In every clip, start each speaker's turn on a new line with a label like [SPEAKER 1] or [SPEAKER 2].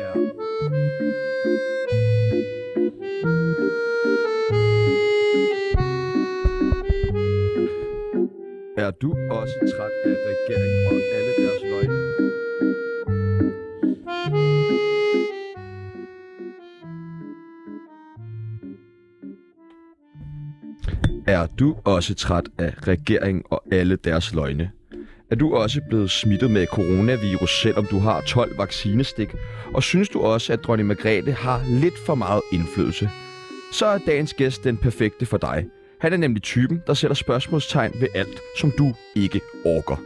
[SPEAKER 1] Ja. Er du også træt af regeringen og alle deres løgne? Er du også træt af regeringen og alle deres løgne? Er du også blevet smittet med coronavirus, selvom du har 12 vaccinestik? Og synes du også, at dronning Margrethe har lidt for meget indflydelse? Så er dagens gæst den perfekte for dig. Han er nemlig typen, der sætter spørgsmålstegn ved alt, som du ikke orker.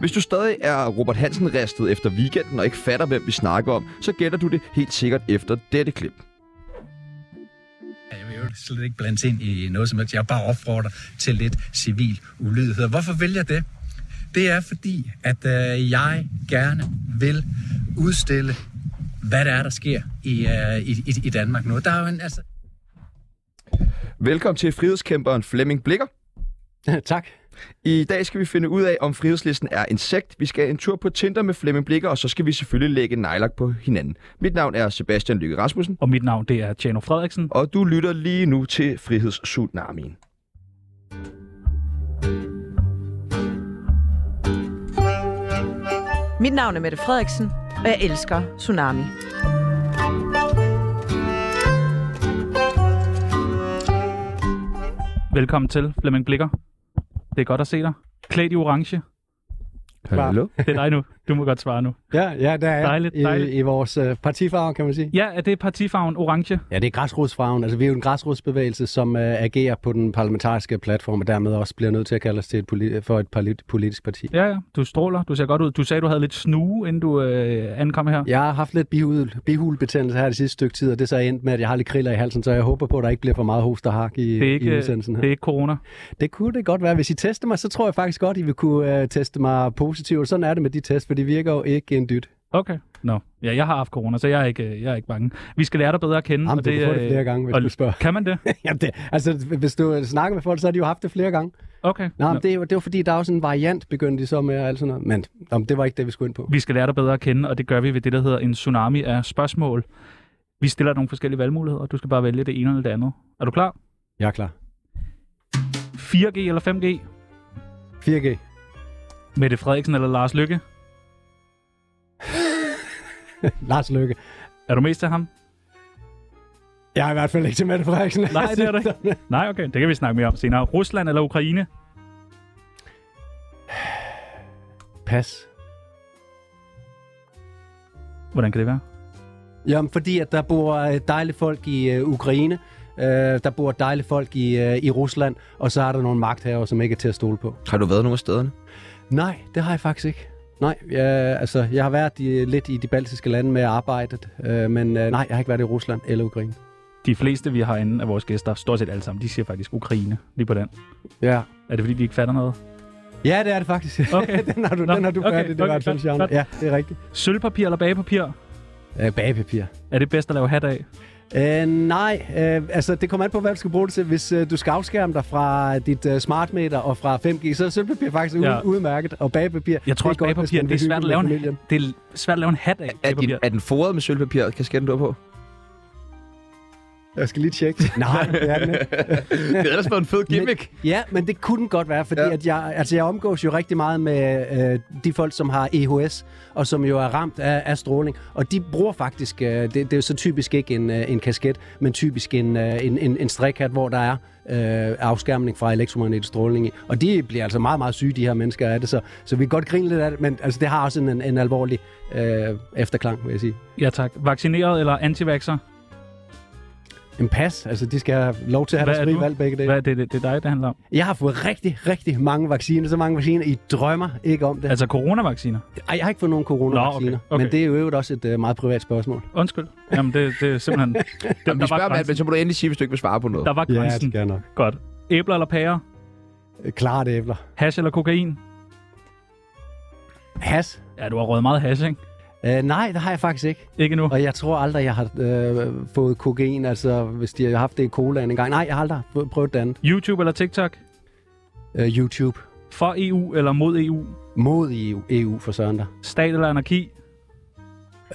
[SPEAKER 1] Hvis du stadig er Robert Hansen restet efter weekenden og ikke fatter, hvem vi snakker om, så gætter du det helt sikkert efter dette klip.
[SPEAKER 2] Ja, Jeg vil jo slet ikke blandes ind i noget som helst. Jeg bare opfordrer til lidt civil ulydighed. Hvorfor vælger jeg det? Det er fordi, at øh, jeg gerne vil udstille, hvad der er, der sker i, øh, i, i, i Danmark nu. Der er jo en, altså,
[SPEAKER 1] Velkommen til frihedskæmperen Flemming Blikker.
[SPEAKER 3] tak.
[SPEAKER 1] I dag skal vi finde ud af, om frihedslisten er insekt. Vi skal en tur på Tinder med Flemming Blikker, og så skal vi selvfølgelig lægge nejlak på hinanden. Mit navn er Sebastian Lykke Rasmussen,
[SPEAKER 3] Og mit navn, det er Tjano Frederiksen.
[SPEAKER 1] og du lytter lige nu til Frihedstsunamien.
[SPEAKER 4] Mit navn er Mette Frederiksen, og jeg elsker Tsunami.
[SPEAKER 3] Velkommen til, Flemming Blikker. Det er godt at se dig. Klædt i orange.
[SPEAKER 1] Hallo?
[SPEAKER 3] Det er dig nu. Du må godt svare nu.
[SPEAKER 5] Ja, ja, der er
[SPEAKER 3] Dejligt,
[SPEAKER 5] i,
[SPEAKER 3] dejligt.
[SPEAKER 5] i vores øh, partifarve, kan man sige.
[SPEAKER 3] Ja, er det partifarven orange?
[SPEAKER 5] Ja, det er græsrodsfarven. Altså, vi er jo en græsrodsbevægelse, som øh, agerer på den parlamentariske platform, og dermed også bliver nødt til at kalde os til et poli- for et poli- politisk parti.
[SPEAKER 3] Ja, ja. Du stråler. Du ser godt ud. Du sagde, du havde lidt snue, inden du øh, ankom her.
[SPEAKER 5] Jeg har haft lidt bihul, bihulbetændelse her det sidste stykke tid, og det er så endt med, at jeg har lidt kriller i halsen, så jeg håber på, at der ikke bliver for meget host og hak i,
[SPEAKER 3] det, er
[SPEAKER 5] i
[SPEAKER 3] ikke,
[SPEAKER 5] udsendelsen her.
[SPEAKER 3] det er ikke corona.
[SPEAKER 5] Det kunne det godt være. Hvis I tester mig, så tror jeg faktisk godt, I vil kunne øh, teste mig positivt. Sådan er det med de test, for de virker jo ikke en dyt.
[SPEAKER 3] Okay. Nå. Ja, jeg har haft corona, så jeg er ikke, øh, jeg er ikke bange. Vi skal lære dig bedre at kende.
[SPEAKER 5] Jamen, du kan få det
[SPEAKER 3] øh,
[SPEAKER 5] flere gange, hvis
[SPEAKER 3] og-
[SPEAKER 5] du spørger.
[SPEAKER 3] Kan man det?
[SPEAKER 5] Jamen, det, altså, hvis du øh, snakker med folk, så har de jo haft det flere gange.
[SPEAKER 3] Okay.
[SPEAKER 5] Nej,
[SPEAKER 3] Nå.
[SPEAKER 5] men det, er jo- det var fordi, der er jo sådan en variant, begyndte de så med og alt sådan noget. Men om, det var ikke det, vi skulle ind på.
[SPEAKER 3] Vi skal lære dig bedre at kende, og det gør vi ved det, der hedder en tsunami af spørgsmål. Vi stiller nogle forskellige valgmuligheder, og du skal bare vælge det ene eller det andet. Er du klar?
[SPEAKER 5] Jeg er klar.
[SPEAKER 3] 4G eller 5G?
[SPEAKER 5] 4G.
[SPEAKER 3] Mette Frederiksen eller Lars Lykke?
[SPEAKER 5] Lars Løkke.
[SPEAKER 3] Er du mest til ham?
[SPEAKER 5] Jeg er i hvert fald ikke til Mette Frederiksen.
[SPEAKER 3] Nej, det er du ikke. Nej, okay. Det kan vi snakke mere om senere. Rusland eller Ukraine?
[SPEAKER 5] Pas.
[SPEAKER 3] Hvordan kan det være?
[SPEAKER 5] Jamen, fordi at der bor øh, dejlige folk i øh, Ukraine. Øh, der bor dejlige folk i, øh, i Rusland. Og så er der nogle magthavere, som ikke er til at stole på.
[SPEAKER 1] Har du været nogle af stederne?
[SPEAKER 5] Nej, det har jeg faktisk ikke. Nej, jeg, altså, jeg har været i, lidt i de baltiske lande med arbejdet, øh, men øh, nej, jeg har ikke været i Rusland eller Ukraine.
[SPEAKER 3] De fleste, vi har inde af vores gæster, stort set alle sammen, de siger faktisk Ukraine lige på den.
[SPEAKER 5] Ja,
[SPEAKER 3] Er det fordi, de ikke fatter noget?
[SPEAKER 5] ja det er det faktisk.
[SPEAKER 3] Okay.
[SPEAKER 5] den har du,
[SPEAKER 3] Nå,
[SPEAKER 5] den har du
[SPEAKER 3] okay,
[SPEAKER 5] færdig, det
[SPEAKER 3] okay,
[SPEAKER 5] var i hvert fald
[SPEAKER 3] godt,
[SPEAKER 5] genre.
[SPEAKER 3] godt.
[SPEAKER 5] Ja, det er rigtigt.
[SPEAKER 3] Sølvpapir eller bagepapir?
[SPEAKER 5] Øh, bagepapir.
[SPEAKER 3] Er det bedst at lave hat af?
[SPEAKER 5] Øh, nej, øh, altså det kommer an på, hvad du skal bruge det til. Hvis øh, du skal afskærme dig fra dit øh, smartmeter og fra 5G, så er sølvpapir faktisk
[SPEAKER 3] Ja.
[SPEAKER 5] ja. udmærket, og bagepapir.
[SPEAKER 3] Jeg tror
[SPEAKER 5] er
[SPEAKER 3] også,
[SPEAKER 5] godt, hvis
[SPEAKER 3] bagepapir,
[SPEAKER 5] man
[SPEAKER 3] det er
[SPEAKER 5] vil
[SPEAKER 3] svært at
[SPEAKER 5] hygge
[SPEAKER 3] lave
[SPEAKER 5] med
[SPEAKER 3] en,
[SPEAKER 5] familien.
[SPEAKER 3] det er svært at lave en hat af.
[SPEAKER 1] Er, din,
[SPEAKER 3] bagepapir.
[SPEAKER 1] er den foret med sølvpapir? Kasketten du har på?
[SPEAKER 5] Jeg skal lige tjekke. nej, det er den ikke.
[SPEAKER 1] det er ellers været en fed gimmick.
[SPEAKER 5] Men, ja, men det kunne den godt være, fordi
[SPEAKER 1] Ja.
[SPEAKER 5] ja. at jeg, altså jeg omgås jo rigtig meget med øh, de folk, som har EHS, og som jo er ramt af, af stråling. Og de bruger faktisk, øh, det, det er jo så typisk ikke en, øh, en kasket, men typisk en, øh, en, en, en strikhat, hvor der er øh, afskærmning fra elektromagnetisk stråling. i. Og de bliver altså meget, meget syge, de her mennesker af det. Så, så vi kan godt grine lidt af det, men altså, det har også en, en, en alvorlig øh, efterklang, vil jeg sige.
[SPEAKER 3] Ja tak. Vaccineret eller antivaxer?
[SPEAKER 5] En pas, altså de skal have lov til at have
[SPEAKER 3] Hvad er
[SPEAKER 5] deres frie
[SPEAKER 3] du?
[SPEAKER 5] valg begge dage.
[SPEAKER 3] Hvad er det, det, det er dig, det handler om?
[SPEAKER 5] Jeg har fået rigtig, rigtig mange vacciner. Så mange vacciner, I drømmer ikke om det.
[SPEAKER 3] Altså coronavacciner?
[SPEAKER 5] Ej, jeg har ikke fået nogen coronavacciner,
[SPEAKER 3] Nå, okay, okay.
[SPEAKER 5] men det er jo i øvrigt også et øh, meget privat spørgsmål.
[SPEAKER 3] Undskyld. Jamen, det, det er simpelthen... Det,
[SPEAKER 1] Jamen, vi
[SPEAKER 3] der,
[SPEAKER 1] spørger
[SPEAKER 3] var
[SPEAKER 1] om alt, men
[SPEAKER 3] grænsen,
[SPEAKER 1] så må du endelig sige, hvis du ikke vil svare på noget.
[SPEAKER 3] der var grænsen.
[SPEAKER 5] skal jeg nok.
[SPEAKER 3] Godt. Æbler eller pærer?
[SPEAKER 5] Øh, Klart æbler.
[SPEAKER 3] Hash eller kokain?
[SPEAKER 5] Has?
[SPEAKER 3] Ja, du har røget meget hash, ikke?
[SPEAKER 5] Øh, nej, det har jeg faktisk ikke.
[SPEAKER 3] Ikke nu.
[SPEAKER 5] Og jeg tror aldrig, jeg har øh, fået kokain, altså hvis de har haft det i colaen engang. Nej, jeg har aldrig fået- prøvet det andet.
[SPEAKER 3] YouTube eller TikTok?
[SPEAKER 5] øh, YouTube.
[SPEAKER 3] For EU eller mod EU?
[SPEAKER 5] Mod E EU, EU for søren der.
[SPEAKER 3] Stat eller anarki?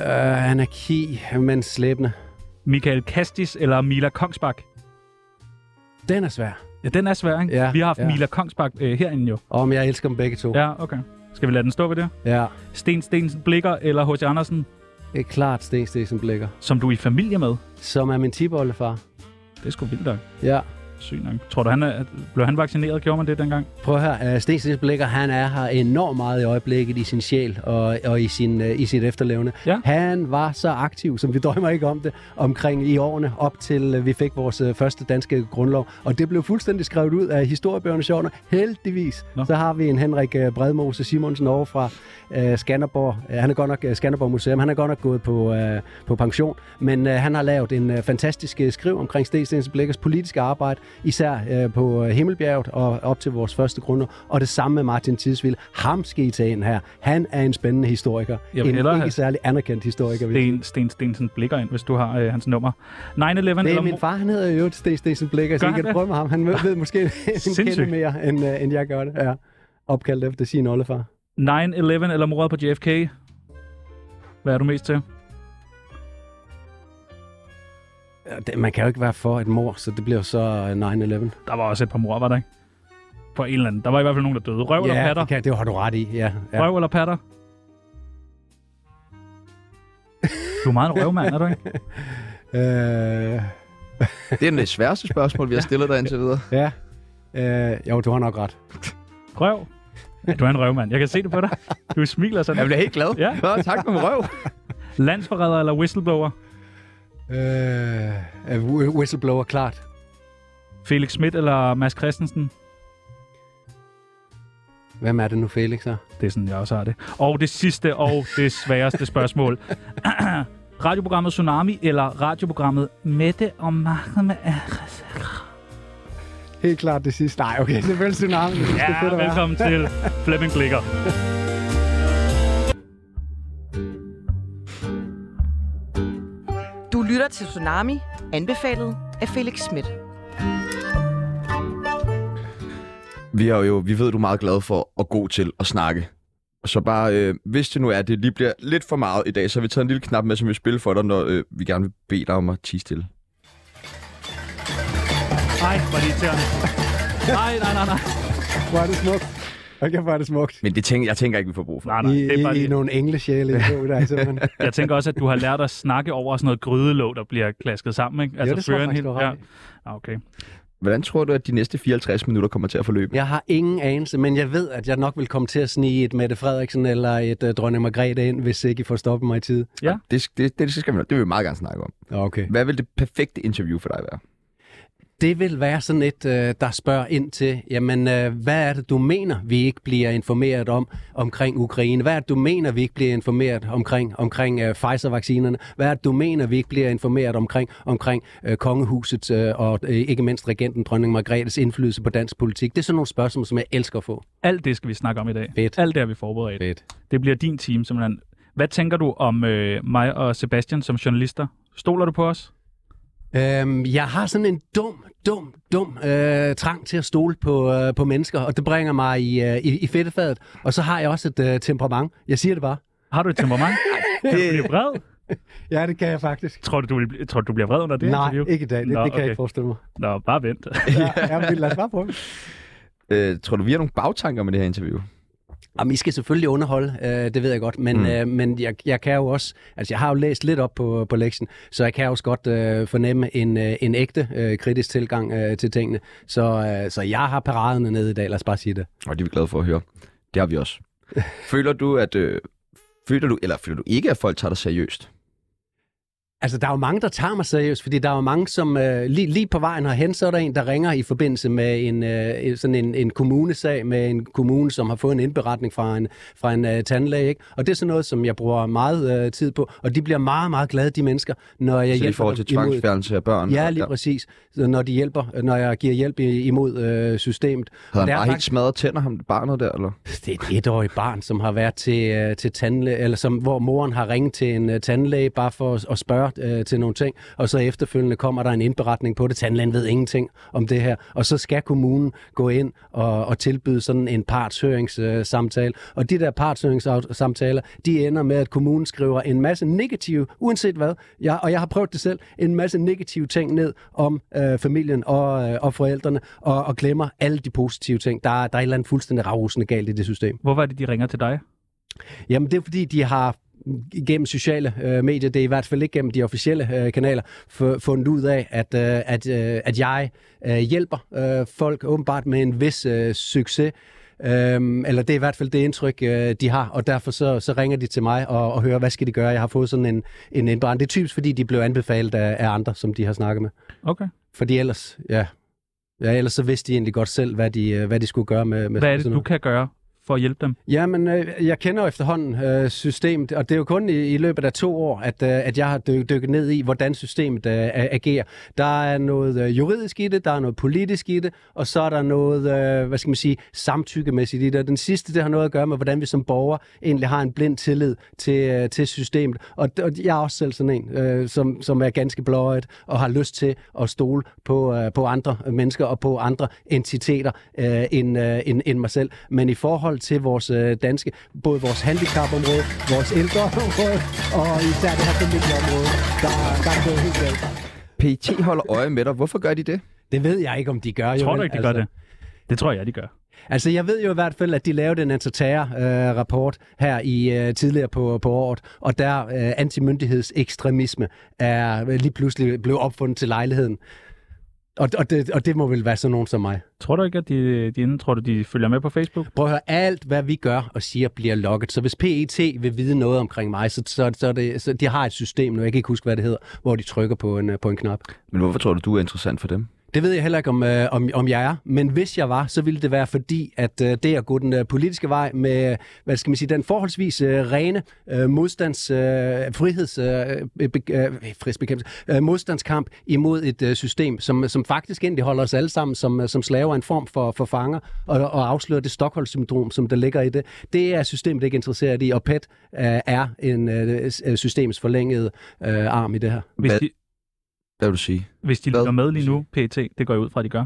[SPEAKER 5] Øh, anarki, men slæbende.
[SPEAKER 3] Michael Kastis eller Mila Kongsbak?
[SPEAKER 5] Den er svær.
[SPEAKER 3] Ja, den er svær, ikke?
[SPEAKER 5] Ja,
[SPEAKER 3] Vi har haft
[SPEAKER 5] ja. Oh.
[SPEAKER 3] Mila Kongsbak øh, herinde jo.
[SPEAKER 5] Om jeg elsker dem begge to.
[SPEAKER 3] Ja, okay. Skal vi lade den stå ved det?
[SPEAKER 5] ja.
[SPEAKER 3] Sten Stensen Blikker eller H.C. Andersen,
[SPEAKER 5] Det er klart Sten Stensen Blikker,
[SPEAKER 3] som du er i familie med?
[SPEAKER 5] som er min tipoldefar.
[SPEAKER 3] Det er sgu vildt nok.
[SPEAKER 5] Ja.
[SPEAKER 3] Sygt nok. Tror du, han er, blev han vaccineret? Gjorde man det dengang?
[SPEAKER 5] Prøv her, høre, øh, Sten Stensen Blikker, han er her enormt meget i øjeblikket i sin sjæl og, og i, sin, øh, i sit efterlevende.
[SPEAKER 3] Ja.
[SPEAKER 5] Han var så aktiv, som vi drømmer ikke om det, omkring i årene op til øh, vi fik vores øh, første danske grundlov. Og det blev fuldstændig skrevet ud af historiebøgerne sjovne. Heldigvis,
[SPEAKER 3] Nå.
[SPEAKER 5] Nå. så har vi en Henrik øh, Bredmose Simonsen over fra øh, Skanderborg. Øh, han er godt nok øh, Skanderborg Museum. Han er godt nok gået på, øh, på pension, men øh, han har lavet en øh, fantastisk øh, skriv omkring Sten Stensen Blikkers politiske arbejde, især øh, på øh, Himmelbjerget og op til vores første grundlov. Og det samme med Martin Tidsvild. Ham skal I tage ind her. Han er en spændende historiker.
[SPEAKER 3] Jeg vil
[SPEAKER 5] en
[SPEAKER 3] hellere
[SPEAKER 5] ikke
[SPEAKER 3] have-
[SPEAKER 5] særlig anerkendt historiker. vil jeg
[SPEAKER 3] Sten, Sten Stensen Blikker ind, hvis du har øh, hans nummer. 9-11
[SPEAKER 5] Det er
[SPEAKER 3] eller...
[SPEAKER 5] min far, han hedder jo Sten Stensen Blikker, så
[SPEAKER 3] Gør
[SPEAKER 5] I
[SPEAKER 3] han
[SPEAKER 5] kan
[SPEAKER 3] det?
[SPEAKER 5] prøve med ham. Han ved, ved måske en kende
[SPEAKER 3] Sindssygt.
[SPEAKER 5] mere, end, uh, end jeg gør det. Ja. Opkaldt efter sin oldefar.
[SPEAKER 3] 9-11 eller mordet på JFK? Hvad er du mest til?
[SPEAKER 5] Ja, det- Man kan jo ikke være for et mor, så det bliver så øh, 9-11.
[SPEAKER 3] Der var også et par mor, var der ikke? På en eller anden. Der var i hvert fald nogen, der døde. Røv eller
[SPEAKER 5] Ja,
[SPEAKER 3] patter?
[SPEAKER 5] det, kan, det har du ret i. Ja, ja.
[SPEAKER 3] Røv eller patter? Du er meget en røvmand, er du ikke?
[SPEAKER 5] Øh,
[SPEAKER 6] Det er det sværeste spørgsmål, vi har stillet dig indtil videre.
[SPEAKER 5] ja. Øh, jo, du har nok ret.
[SPEAKER 3] Røv? Ja, du er en røvmand. Jeg kan se det på dig. Du smiler sådan.
[SPEAKER 6] Jeg bliver helt glad.
[SPEAKER 3] Ja.
[SPEAKER 6] Nå, tak med røv.
[SPEAKER 3] Landsforræder eller whistleblower?
[SPEAKER 5] Øh, øh, wh- whistleblower, klart.
[SPEAKER 3] Felix Schmidt eller Mads Christensen?
[SPEAKER 5] Hvem er det nu, Felix? Så?
[SPEAKER 3] Det er sådan, jeg også har det. Og det sidste og det sværeste spørgsmål. radioprogrammet Tsunami eller radioprogrammet Mette og Mahmed?
[SPEAKER 5] Helt klart det sidste. Nej, okay, selvfølgelig tsunami. Det er fedt
[SPEAKER 3] Ja,
[SPEAKER 5] at være.
[SPEAKER 3] velkommen til Flemming Blikker.
[SPEAKER 4] Du lytter til Tsunami, anbefalet af Felix Schmidt.
[SPEAKER 6] Vi, er jo, vi ved, du er meget glad for og god til at snakke. Så bare, øh, hvis det nu er, at det lige bliver lidt for meget i dag, så har vi taget en lille knap med, som vi spiller for dig, når øh, vi gerne vil bede dig om at tige stille.
[SPEAKER 3] Ej, hvor er det irriterende. Nej, nej, nej, nej.
[SPEAKER 5] Hvor er det smukt. Okay, hvor er det smukt.
[SPEAKER 6] Men det tænker, jeg tænker ikke, vi får brug for.
[SPEAKER 3] Nej, nej,
[SPEAKER 5] I,
[SPEAKER 3] det er bare
[SPEAKER 5] I, I
[SPEAKER 3] lige.
[SPEAKER 5] nogle englesjæle. i bog der, simpelthen.
[SPEAKER 3] Jeg tænker også, at du har lært at snakke over sådan noget grydelåg, der bliver klasket sammen, ikke?
[SPEAKER 5] det tror jeg
[SPEAKER 3] føre en
[SPEAKER 5] faktisk,
[SPEAKER 3] hel-
[SPEAKER 5] du har ret i.
[SPEAKER 3] Ja. Ah, okay.
[SPEAKER 6] Hvordan tror du, at de næste 54 minutter kommer til at forløbe?
[SPEAKER 5] Jeg har ingen anelse, men jeg ved, at jeg nok vil komme til at snige et Mette Frederiksen eller et uh, dronning Margrethe ind, hvis ikke I får stoppet mig i tide.
[SPEAKER 6] Det, det, det, det, skal vi, det vil vi meget gerne snakke om.
[SPEAKER 5] Okay.
[SPEAKER 6] Hvad vil det perfekte interview for dig være?
[SPEAKER 5] Det vil være sådan et, uh, der spørger ind til, jamen, uh, hvad er det, du mener, vi ikke bliver informeret om omkring Ukraine? Hvad er det, du mener, vi ikke bliver informeret omkring, omkring uh, Pfizer-vaccinerne? Hvad er det, du mener, vi ikke bliver informeret omkring, omkring uh, kongehusets uh, og uh, ikke mindst regenten dronning Margrethes indflydelse på dansk politik? Det er sådan nogle spørgsmål, som jeg elsker at få.
[SPEAKER 3] Alt det skal vi snakke om i dag.
[SPEAKER 5] Fedt.
[SPEAKER 3] Alt det har vi forberedt.
[SPEAKER 5] Fedt.
[SPEAKER 3] Det bliver din team, simpelthen. Hvad tænker du om øh, mig og Sebastian som journalister? Stoler du på os?
[SPEAKER 5] Øhm, jeg har sådan en dum, dum, dum øh, trang til at stole på, øh, på mennesker, og det bringer mig i, øh, i, i fedtefadet. Og så har jeg også et øh, temperament. Jeg siger det bare.
[SPEAKER 3] Har du et temperament? Kan du blive vred?
[SPEAKER 5] Ja, det kan jeg faktisk.
[SPEAKER 3] Tror du, du, vil, blive- tror du, du bliver vred under det
[SPEAKER 5] Nej,
[SPEAKER 3] interview?
[SPEAKER 5] ikke i dag. Det,
[SPEAKER 3] Nå,
[SPEAKER 5] Nå, det kan okay. jeg
[SPEAKER 3] okay.
[SPEAKER 5] ikke forestille mig.
[SPEAKER 3] Nå, bare vent.
[SPEAKER 5] Ja, ja, men lad os bare prøve.
[SPEAKER 6] Øh, tror du, vi har nogle bagtanker med det her interview?
[SPEAKER 5] Jamen, I skal selvfølgelig underholde, øh, det ved jeg godt, men,
[SPEAKER 6] Mm.
[SPEAKER 5] mm. øh, men jeg, jeg kan jo også, altså jeg har jo læst lidt op på, på lektien, så jeg kan jo også godt øh, fornemme en, øh, en ægte øh, kritisk tilgang øh, til tingene. Så, øh, så jeg har paraderne nede i dag, lad os bare sige det.
[SPEAKER 6] Og det er vi glade for at høre. Det har vi også. Føler du, at... Øh, føler du, eller føler du ikke, at folk tager dig seriøst?
[SPEAKER 5] Altså, der er jo mange, der tager mig seriøst, fordi der er jo mange, som øh, lige, lige på vejen herhen, så er der en, der ringer i forbindelse med en, øh, sådan en, en kommunesag med en kommune, som har fået en indberetning fra en, fra en øh, tandlæge. Ikke? Og det er sådan noget, som jeg bruger meget øh, tid på, og de bliver meget, meget glade, de mennesker, når jeg
[SPEAKER 6] Så i
[SPEAKER 5] hjælper
[SPEAKER 6] forhold til
[SPEAKER 5] dem imod-
[SPEAKER 6] tvangsfjernelse af børn?
[SPEAKER 5] Ja, lige
[SPEAKER 6] og,
[SPEAKER 5] præcis. Så Når, de hjælper, når jeg giver hjælp i- imod øh, systemet.
[SPEAKER 6] Havde han
[SPEAKER 5] Der er
[SPEAKER 6] bare helt
[SPEAKER 5] faktisk-
[SPEAKER 6] smadret tænder, ham barnet der, eller?
[SPEAKER 5] Det er et etårigt barn, som har været til, øh, til tandlæge, eller som, hvor moren har ringet til en øh, tandlæge, bare for at, at spørge, spørge øh, til nogle ting, og så efterfølgende kommer der en indberetning på det. Tandlægen ved ingenting om det her, og så skal kommunen gå ind og, og tilbyde sådan en øh, partshøringssamtale. Og de der partshøringssamtaler, de ender med, at kommunen skriver en masse negative, uanset hvad, jeg, og jeg har prøvet det selv, en masse negative ting ned om øh, familien og, øh, og forældrene, og, og glemmer alle de positive ting. Der, er- der er et eller andet fuldstændig ravrussende galt i det system.
[SPEAKER 3] Hvorfor er det, de ringer til dig?
[SPEAKER 5] Jamen, det er fordi, de har gennem sociale øh, medier, det er i hvert fald ikke gennem de officielle øh, kanaler, f- fundet ud af, at, øh, at, øh, at jeg øh, hjælper øh, folk åbenbart med en vis øh, succes. Øhm, eller det er i hvert fald det indtryk, øh, de har, og derfor så, så ringer de til mig og, og hører, hvad skal de gøre? Jeg har fået sådan en, en indbrand. Det er typisk, fordi de blev anbefalet af, af andre, som de har snakket med.
[SPEAKER 3] Okay.
[SPEAKER 5] Fordi ellers, ja, ja ellers så vidste de egentlig godt selv, hvad de, øh, hvad de skulle gøre med, med
[SPEAKER 3] Hvad er
[SPEAKER 5] sådan
[SPEAKER 3] det,
[SPEAKER 5] noget.
[SPEAKER 3] du kan gøre for at hjælpe dem?
[SPEAKER 5] Jamen, øh, jeg kender jo efterhånden øh, systemet, og det er jo kun i, i løbet af to år, at, øh, at jeg har dy- dykket ned i, hvordan systemet øh, a- agerer. Der er noget øh, juridisk i det, der er noget politisk i det, og så er der noget, øh, hvad skal man sige, samtykkemæssigt i det. Og Den sidste, det har noget at gøre med, hvordan vi som borgere egentlig har en blind tillid til, øh, til systemet. Og, d- og jeg er også selv sådan en, øh, som, som er ganske blåøjet og har lyst til at stole på, øh, på andre mennesker og på andre entiteter øh, end, øh, end, end mig selv. Men i forhold til vores øh, danske, både vores handicapområde, vores ældreområde og især det her familieområde, der, der er gået helt galt.
[SPEAKER 6] PET holder øje med dig. Hvorfor gør de det?
[SPEAKER 5] Det ved jeg ikke, om de gør. jo,
[SPEAKER 3] Tror du
[SPEAKER 5] vel?
[SPEAKER 3] ikke, de
[SPEAKER 5] altså,
[SPEAKER 3] gør det? Det tror jeg, de gør.
[SPEAKER 5] Altså, jeg ved jo i hvert fald, at de lavede en anti-terror-rapport her i øh, tidligere på, på året, og der øh, antimyndighedsekstremisme er øh, lige pludselig blevet opfundet til lejligheden. Og, og, det, og det må vel være sådan nogen som mig.
[SPEAKER 3] Tror du ikke, at de, de inden, tror du, de følger med på Facebook?
[SPEAKER 5] Prøv at høre, alt hvad vi gør og siger bliver logget. Så hvis PET vil vide noget omkring mig, så, så, så, er det, så de har et system nu, jeg kan ikke huske, hvad det hedder, hvor de trykker på en, øh, på en knap.
[SPEAKER 6] Men hvorfor tror du, du er interessant for dem?
[SPEAKER 5] Det ved jeg heller ikke, om, øh, om, om jeg er. Men hvis jeg var, så ville det være fordi, at øh, det at gå den øh, politiske vej med, øh, hvad skal man sige, den forholdsvis øh, rene øh, modstands, øh, friheds, øh, be, øh, frihedsbekæmpelse, øh, modstandskamp imod et øh, system, som, som faktisk egentlig holder os alle sammen som, øh, som slaver en form for, for fanger, og, og afslører det Stockholm-syndrom, som der ligger i det. Det er systemet ikke interesseret i, og PET øh, er en øh, s- øh, systems forlængede øh, arm i det her.
[SPEAKER 3] Hvis
[SPEAKER 6] Hvad-
[SPEAKER 3] de,
[SPEAKER 6] Hvad vil du sige?
[SPEAKER 3] hvis de
[SPEAKER 6] Hvad?
[SPEAKER 3] lytter med lige nu, PT, det går jeg ud fra, at de gør.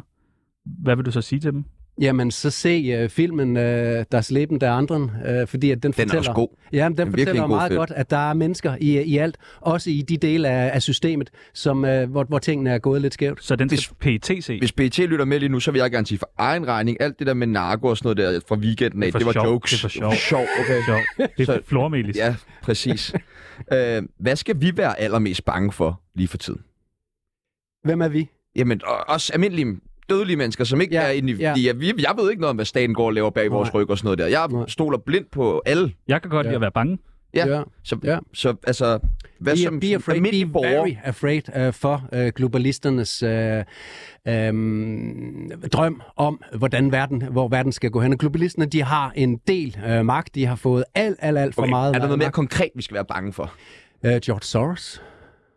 [SPEAKER 3] Hvad vil du så sige til dem?
[SPEAKER 5] Jamen, så se uh, filmen uh, Das Leben der anderen, uh, fordi at den
[SPEAKER 6] Den
[SPEAKER 5] fortæller...
[SPEAKER 6] er også god.
[SPEAKER 5] Jamen, den,
[SPEAKER 6] er
[SPEAKER 5] den
[SPEAKER 6] virkelig
[SPEAKER 5] fortæller
[SPEAKER 6] en god
[SPEAKER 5] meget
[SPEAKER 6] film.
[SPEAKER 5] godt, at der er mennesker i, i alt, også i de dele af, af systemet, som, uh, hvor, hvor tingene er gået lidt skævt.
[SPEAKER 3] Så den skal PT se.
[SPEAKER 6] Hvis PET lytter med lige nu, så vil jeg gerne sige for egen regning, alt det der med narko og sådan noget der fra weekenden af,
[SPEAKER 3] Det
[SPEAKER 6] det,
[SPEAKER 3] er for
[SPEAKER 6] var
[SPEAKER 3] sjov.
[SPEAKER 6] jokes.
[SPEAKER 3] Det er for sjov.
[SPEAKER 6] sjov. Okay.
[SPEAKER 3] Så, det er
[SPEAKER 6] Så-
[SPEAKER 3] flormelis.
[SPEAKER 6] Ja, præcis. øh, hvad skal vi være allermest bange for lige for tiden?
[SPEAKER 5] Hvem er vi?
[SPEAKER 6] Jamen, og, også almindelige dødelige mennesker, som ikke
[SPEAKER 5] Ja,
[SPEAKER 6] ja, er inde i...
[SPEAKER 5] ja.
[SPEAKER 6] Ja. Ja, vi, jeg ved ikke noget om, hvad staten går og laver bag vores
[SPEAKER 5] Nej.
[SPEAKER 6] ryg og sådan noget der. Jeg
[SPEAKER 5] Nej.
[SPEAKER 6] stoler blindt på alle.
[SPEAKER 3] Jeg kan godt
[SPEAKER 5] Ja.
[SPEAKER 3] lide at være bange.
[SPEAKER 6] Ja.
[SPEAKER 5] Ja.
[SPEAKER 6] Så,
[SPEAKER 5] Ja.
[SPEAKER 6] ja. så altså, hvad
[SPEAKER 5] be,
[SPEAKER 6] som,
[SPEAKER 5] be
[SPEAKER 6] som
[SPEAKER 5] afraid,
[SPEAKER 6] almindelig
[SPEAKER 5] be
[SPEAKER 6] borger...
[SPEAKER 5] very afraid uh, for uh, globalisternes uh, um, drøm om, hvordan verden, hvor verden skal gå hen. Og globalisterne, de har en del uh, magt. De har fået alt, alt, alt for
[SPEAKER 6] Okay,
[SPEAKER 5] meget
[SPEAKER 6] er der noget mere
[SPEAKER 5] magt.
[SPEAKER 6] konkret, vi skal være bange for?
[SPEAKER 5] Uh, George Soros.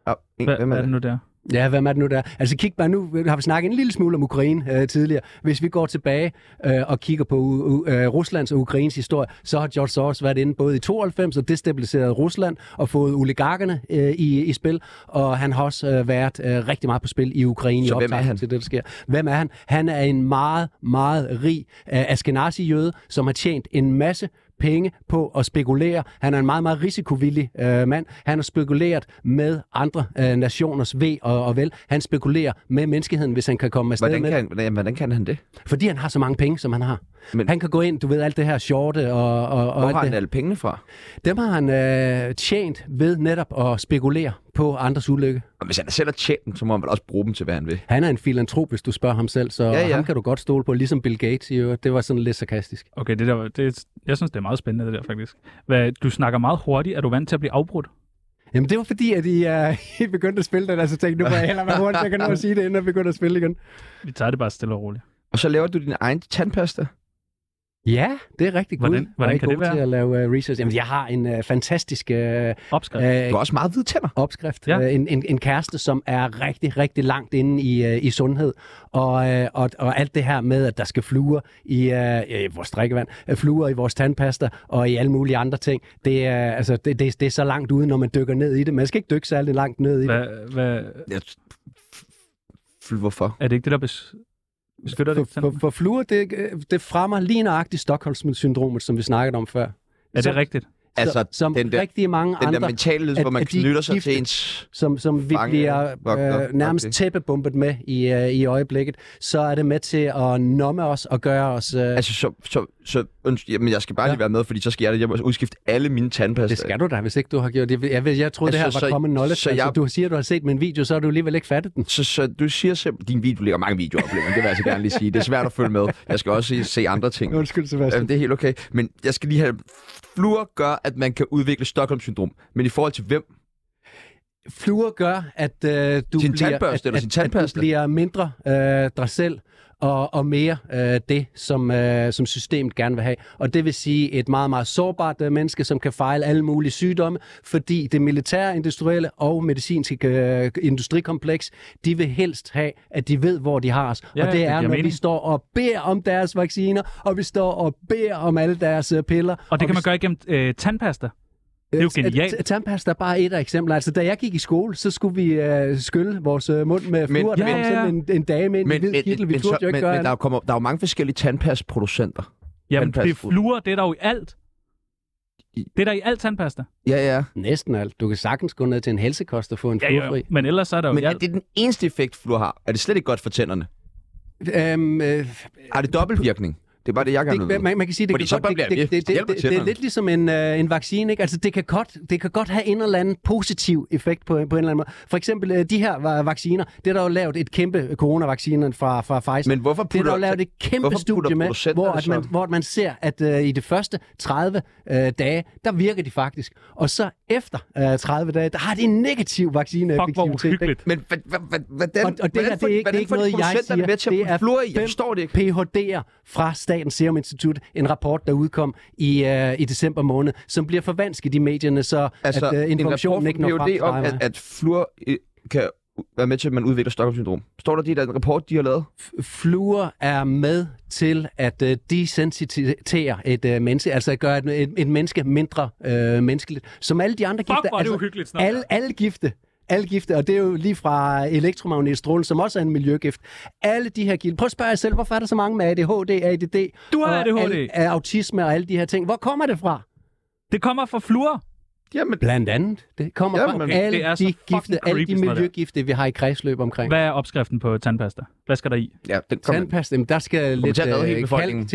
[SPEAKER 6] Ja,
[SPEAKER 3] Hvad, hvad er det nu der?
[SPEAKER 5] Ja, hvem er det nu der? Altså kig bare nu, har vi snakket en lille smule om Ukraine øh, tidligere. Hvis vi går tilbage øh, og kigger på u- u- øh, Ruslands og Ukraines historie, så har George Soros været inde både i 92 og destabiliseret Rusland og fået oligarkerne øh, i, i spil, og han har også øh, været øh, rigtig meget på spil i Ukraine. i
[SPEAKER 6] Så hvem er
[SPEAKER 5] optakten
[SPEAKER 6] han?
[SPEAKER 5] til det, der sker. Hvem er han? Han er en meget, meget rig øh, Ashkenazi-jøde, som har tjent en masse penge på at spekulere. Han er en meget, meget risikovillig øh, mand. Han har spekuleret med andre øh, nationers ved og, og vel. Han spekulerer med menneskeheden, hvis han kan komme afsted
[SPEAKER 6] Hvordan
[SPEAKER 5] med det.
[SPEAKER 6] kan, hvordan, hvordan kan han det?
[SPEAKER 5] Fordi han har så mange penge, som han har. Men...
[SPEAKER 6] Men-
[SPEAKER 5] Han kan gå ind, du ved, alt det her shorte og, og, og
[SPEAKER 6] Hvor
[SPEAKER 5] alt
[SPEAKER 6] har
[SPEAKER 5] det
[SPEAKER 6] han alle pengene fra?
[SPEAKER 5] Dem har han øh, tjent ved netop at spekulere på andres ulykke.
[SPEAKER 6] Og hvis han selv har tjent dem, så må han vel også bruge dem til, hvad han vil.
[SPEAKER 5] Han er en filantrop, hvis du spørger ham selv, så ja,
[SPEAKER 6] Ja,
[SPEAKER 5] ja.
[SPEAKER 6] ja.
[SPEAKER 5] ham kan du godt stole på, ligesom Bill Gates i øvrigt. Det var sådan lidt sarkastisk.
[SPEAKER 3] Okay, det der, var- det, jeg synes, det er meget spændende, det der faktisk. Hvad, du snakker meget hurtigt. Er du vant til at blive afbrudt?
[SPEAKER 5] Jamen det var fordi, at I, uh, I begyndte at spille den, og så tænkte, nu må jeg hellere være hurtigt, jeg kan nå at sige det, inden jeg begynder at spille igen.
[SPEAKER 3] Vi tager det bare stille og roligt.
[SPEAKER 6] Og så laver du din egen tandpasta.
[SPEAKER 5] Ja, det er rigtig godt.
[SPEAKER 3] Hvordan- hvordan kan det være?
[SPEAKER 5] til at lave uh, research. Jamen, jeg har en uh, fantastisk uh,
[SPEAKER 3] Opskrift.
[SPEAKER 1] Du har også meget hvide tænder.
[SPEAKER 5] opskrift.
[SPEAKER 3] Ja.
[SPEAKER 5] Ja. En, en, en kæreste, som er rigtig, rigtig langt inde i, øh, i sundhed. Og, øh, og, og alt det her med, at der skal fluer i øh, øh, vores drikkevand, øh, fluer i vores tandpasta og i alle mulige andre ting, det er, altså, det, det, det er så langt ude, når man dykker ned i det. Man skal ikke dykke særlig langt ned i det.
[SPEAKER 3] Hvad, hvad,
[SPEAKER 1] Jeg... f- f- Hvorfor?
[SPEAKER 3] er det ikke det, der bes, beskytter
[SPEAKER 5] For,
[SPEAKER 3] det? Sådan,
[SPEAKER 5] for, for fluer, det, øh, det fremmer lige nøjagtigt Stockholm-syndromet, som vi snakkede om før.
[SPEAKER 3] er det
[SPEAKER 5] som-
[SPEAKER 3] rigtigt?
[SPEAKER 1] Altså,
[SPEAKER 5] som
[SPEAKER 1] den der-
[SPEAKER 5] rigtig mange
[SPEAKER 1] Den
[SPEAKER 5] andre...
[SPEAKER 1] der mentale lyd,
[SPEAKER 5] at-
[SPEAKER 1] hvor man
[SPEAKER 5] at de er
[SPEAKER 1] knytter sig til
[SPEAKER 5] gifte.
[SPEAKER 1] ens...
[SPEAKER 5] som, som vi
[SPEAKER 1] Fange-
[SPEAKER 5] bliver
[SPEAKER 1] Nå, nå,
[SPEAKER 5] øh, nærmest
[SPEAKER 1] okay.
[SPEAKER 5] okay. tæppebumpet med i, øh, i øjeblikket, så er det med til at nomme os og gøre os... Øh, altså,
[SPEAKER 1] Altså, så, så, så undskyld, jamen, jeg skal bare
[SPEAKER 5] Ja.
[SPEAKER 1] lige være med, fordi så skal jeg, det. jeg må udskifte alle mine tandpasta.
[SPEAKER 5] det skal du da, hvis ikke du har gjort det. Jeg, jeg, jeg troede, altså, det
[SPEAKER 1] Altså,
[SPEAKER 5] her var
[SPEAKER 1] så-
[SPEAKER 5] common knowledge.
[SPEAKER 1] så
[SPEAKER 5] Så jeg... altså,
[SPEAKER 1] jeg-
[SPEAKER 5] du siger, du har set min video, så har du alligevel ikke fattet den.
[SPEAKER 1] Så, så du siger simpelthen... Din video ligger mange videoer op, Flemming, det vil jeg altså gerne lige sige. Det er svært at følge med. Jeg skal også se, se andre ting.
[SPEAKER 5] Undskyld, Sebastian.
[SPEAKER 1] Jamen, det er helt okay. Men jeg skal lige have... Fluer gør, at man kan udvikle Stockholm-syndrom. Men i forhold til hvem?
[SPEAKER 5] Fluer gør, at, øh, du,
[SPEAKER 1] Sin
[SPEAKER 5] bliver,
[SPEAKER 1] tandbørste
[SPEAKER 5] at,
[SPEAKER 1] eller sin
[SPEAKER 5] at, at du
[SPEAKER 1] tandpasta?
[SPEAKER 5] bliver mindre øh, dig selv og, og mere øh, det, som, øh, som systemet gerne vil have. Og det vil sige et meget, meget sårbart øh, menneske, som kan fejle alle mulige sygdomme, fordi det militære, industrielle og medicinske øh, industrikompleks, de vil helst have, at de ved, hvor de har os.
[SPEAKER 3] Ja,
[SPEAKER 5] og
[SPEAKER 3] det
[SPEAKER 5] det
[SPEAKER 3] giver
[SPEAKER 5] er, når vi
[SPEAKER 3] mening.
[SPEAKER 5] står og beder om deres vacciner, og vi står og beder om alle deres øh, piller.
[SPEAKER 3] Og det kan
[SPEAKER 5] vi
[SPEAKER 3] man gøre igennem øh, tandpasta. Det er jo
[SPEAKER 5] Øh,
[SPEAKER 3] genialt.
[SPEAKER 5] t- Tandpasta er bare et af eksemplerne. Altså, da jeg gik i skole, så skulle vi øh, skylle vores øh, mund med
[SPEAKER 1] Men-
[SPEAKER 5] fluer. Men, der
[SPEAKER 3] Ja,
[SPEAKER 5] kom
[SPEAKER 3] ja,
[SPEAKER 5] sådan
[SPEAKER 3] ja.
[SPEAKER 5] en, en dame ind i hvid kittel. Vi
[SPEAKER 1] så-
[SPEAKER 5] turde jo
[SPEAKER 1] men,
[SPEAKER 5] ikke gøre
[SPEAKER 1] men der, er
[SPEAKER 5] alt.
[SPEAKER 1] jo kommer, der er jo mange forskellige tandpasproducenter.
[SPEAKER 3] Jamen,
[SPEAKER 1] Tandpasta.
[SPEAKER 3] det fluer, det er der jo i alt. Det er der i alt tandpasta.
[SPEAKER 1] Ja, ja.
[SPEAKER 5] Næsten alt. Du kan sagtens gå ned til en helsekost og få en
[SPEAKER 3] Ja,
[SPEAKER 5] fluorfri.
[SPEAKER 3] jo, men ellers så er der jo
[SPEAKER 1] Men
[SPEAKER 3] i
[SPEAKER 1] er
[SPEAKER 3] alt.
[SPEAKER 1] det den eneste effekt, fluer har? Er det slet ikke godt for tænderne?
[SPEAKER 5] Øhm, øh,
[SPEAKER 1] Har det dobbeltvirkning? Det er bare det, jeg gerne vil
[SPEAKER 5] det,
[SPEAKER 1] vide.
[SPEAKER 5] man, man kan sige, det,
[SPEAKER 1] Fordi
[SPEAKER 5] kan
[SPEAKER 1] så
[SPEAKER 5] godt,
[SPEAKER 1] bare
[SPEAKER 5] det,
[SPEAKER 1] bliver
[SPEAKER 5] det,
[SPEAKER 1] vi-
[SPEAKER 5] det, det,
[SPEAKER 1] hjælper
[SPEAKER 5] det, det er
[SPEAKER 1] tænderne.
[SPEAKER 5] lidt ligesom en, øh, en vaccine. Ikke? Altså, det, kan godt, det kan godt have en eller anden positiv effekt på, på en eller anden måde. For eksempel øh, de her va- vacciner. Det er der jo lavet et kæmpe coronavaccinen fra, fra Pfizer.
[SPEAKER 1] Men hvorfor
[SPEAKER 5] Det er der jo
[SPEAKER 1] putter...
[SPEAKER 5] lavet et kæmpe
[SPEAKER 1] hvorfor putter
[SPEAKER 5] studie med,
[SPEAKER 1] producenterne
[SPEAKER 5] hvor, at man,
[SPEAKER 1] så-
[SPEAKER 5] hvor at man ser, at øh, i de første 30 øh, dage, der virker de faktisk. Og så efter øh, 30 dage, der har de en negativ
[SPEAKER 3] Fuck, hvor
[SPEAKER 5] vaccineeffektivitet. ikke?
[SPEAKER 3] uhyggeligt.
[SPEAKER 1] Men hva- hva- hva- hvordan,
[SPEAKER 5] Og, og det her, det er ikke, det er ikke noget, jeg siger.
[SPEAKER 1] Med til at
[SPEAKER 5] det
[SPEAKER 1] putte fluor i? Jeg
[SPEAKER 5] fem
[SPEAKER 1] forstår det ikke.
[SPEAKER 5] PhD'er fra Statens Serum Institut. En rapport, der udkom i, øh, i december måned, som bliver forvansket i medierne, så altså, at øh, informationen ikke når frem til
[SPEAKER 1] PhD om,
[SPEAKER 5] dig.
[SPEAKER 1] at, at fluor øh, kan være med til, at man udvikler Stockholm-syndrom. Står der det i den rapport, de har lavet?
[SPEAKER 5] fluer er med til at øh, desensititere et øh, menneske, altså at gøre et, et, et menneske mindre øh, menneskeligt, som alle de andre
[SPEAKER 3] Fuck,
[SPEAKER 5] gifte.
[SPEAKER 3] hvor er det
[SPEAKER 5] altså,
[SPEAKER 3] uhyggeligt snart.
[SPEAKER 5] alle, alle gifte, alle gifte, og det er jo lige fra elektromagnetisk stråling, som også er en miljøgift. Alle de her gifte. Prøv at spørge jer selv, hvorfor er der så mange med ADHD, ADD,
[SPEAKER 3] Du har
[SPEAKER 5] og
[SPEAKER 3] ADHD.
[SPEAKER 5] Al, autisme og alle de her ting? Hvor kommer det fra?
[SPEAKER 3] Det kommer fra fluer.
[SPEAKER 1] Jamen,
[SPEAKER 5] Blandt andet. Det kommer
[SPEAKER 1] Jamen,
[SPEAKER 5] fra
[SPEAKER 1] det
[SPEAKER 5] alle
[SPEAKER 3] er så
[SPEAKER 5] de
[SPEAKER 3] fucking
[SPEAKER 5] gifte, alle
[SPEAKER 3] creepy,
[SPEAKER 5] de
[SPEAKER 3] sådan noget der.
[SPEAKER 5] miljøgifte, vi har i kredsløb omkring.
[SPEAKER 3] Hvad er opskriften på tandpasta? Hvad skal der i?
[SPEAKER 1] ja, den kom ind.
[SPEAKER 5] Tandpasta, jamen, der skal
[SPEAKER 1] Kommer
[SPEAKER 5] lidt
[SPEAKER 1] til at redde hele
[SPEAKER 5] øh,
[SPEAKER 1] befolkningen.
[SPEAKER 5] kalk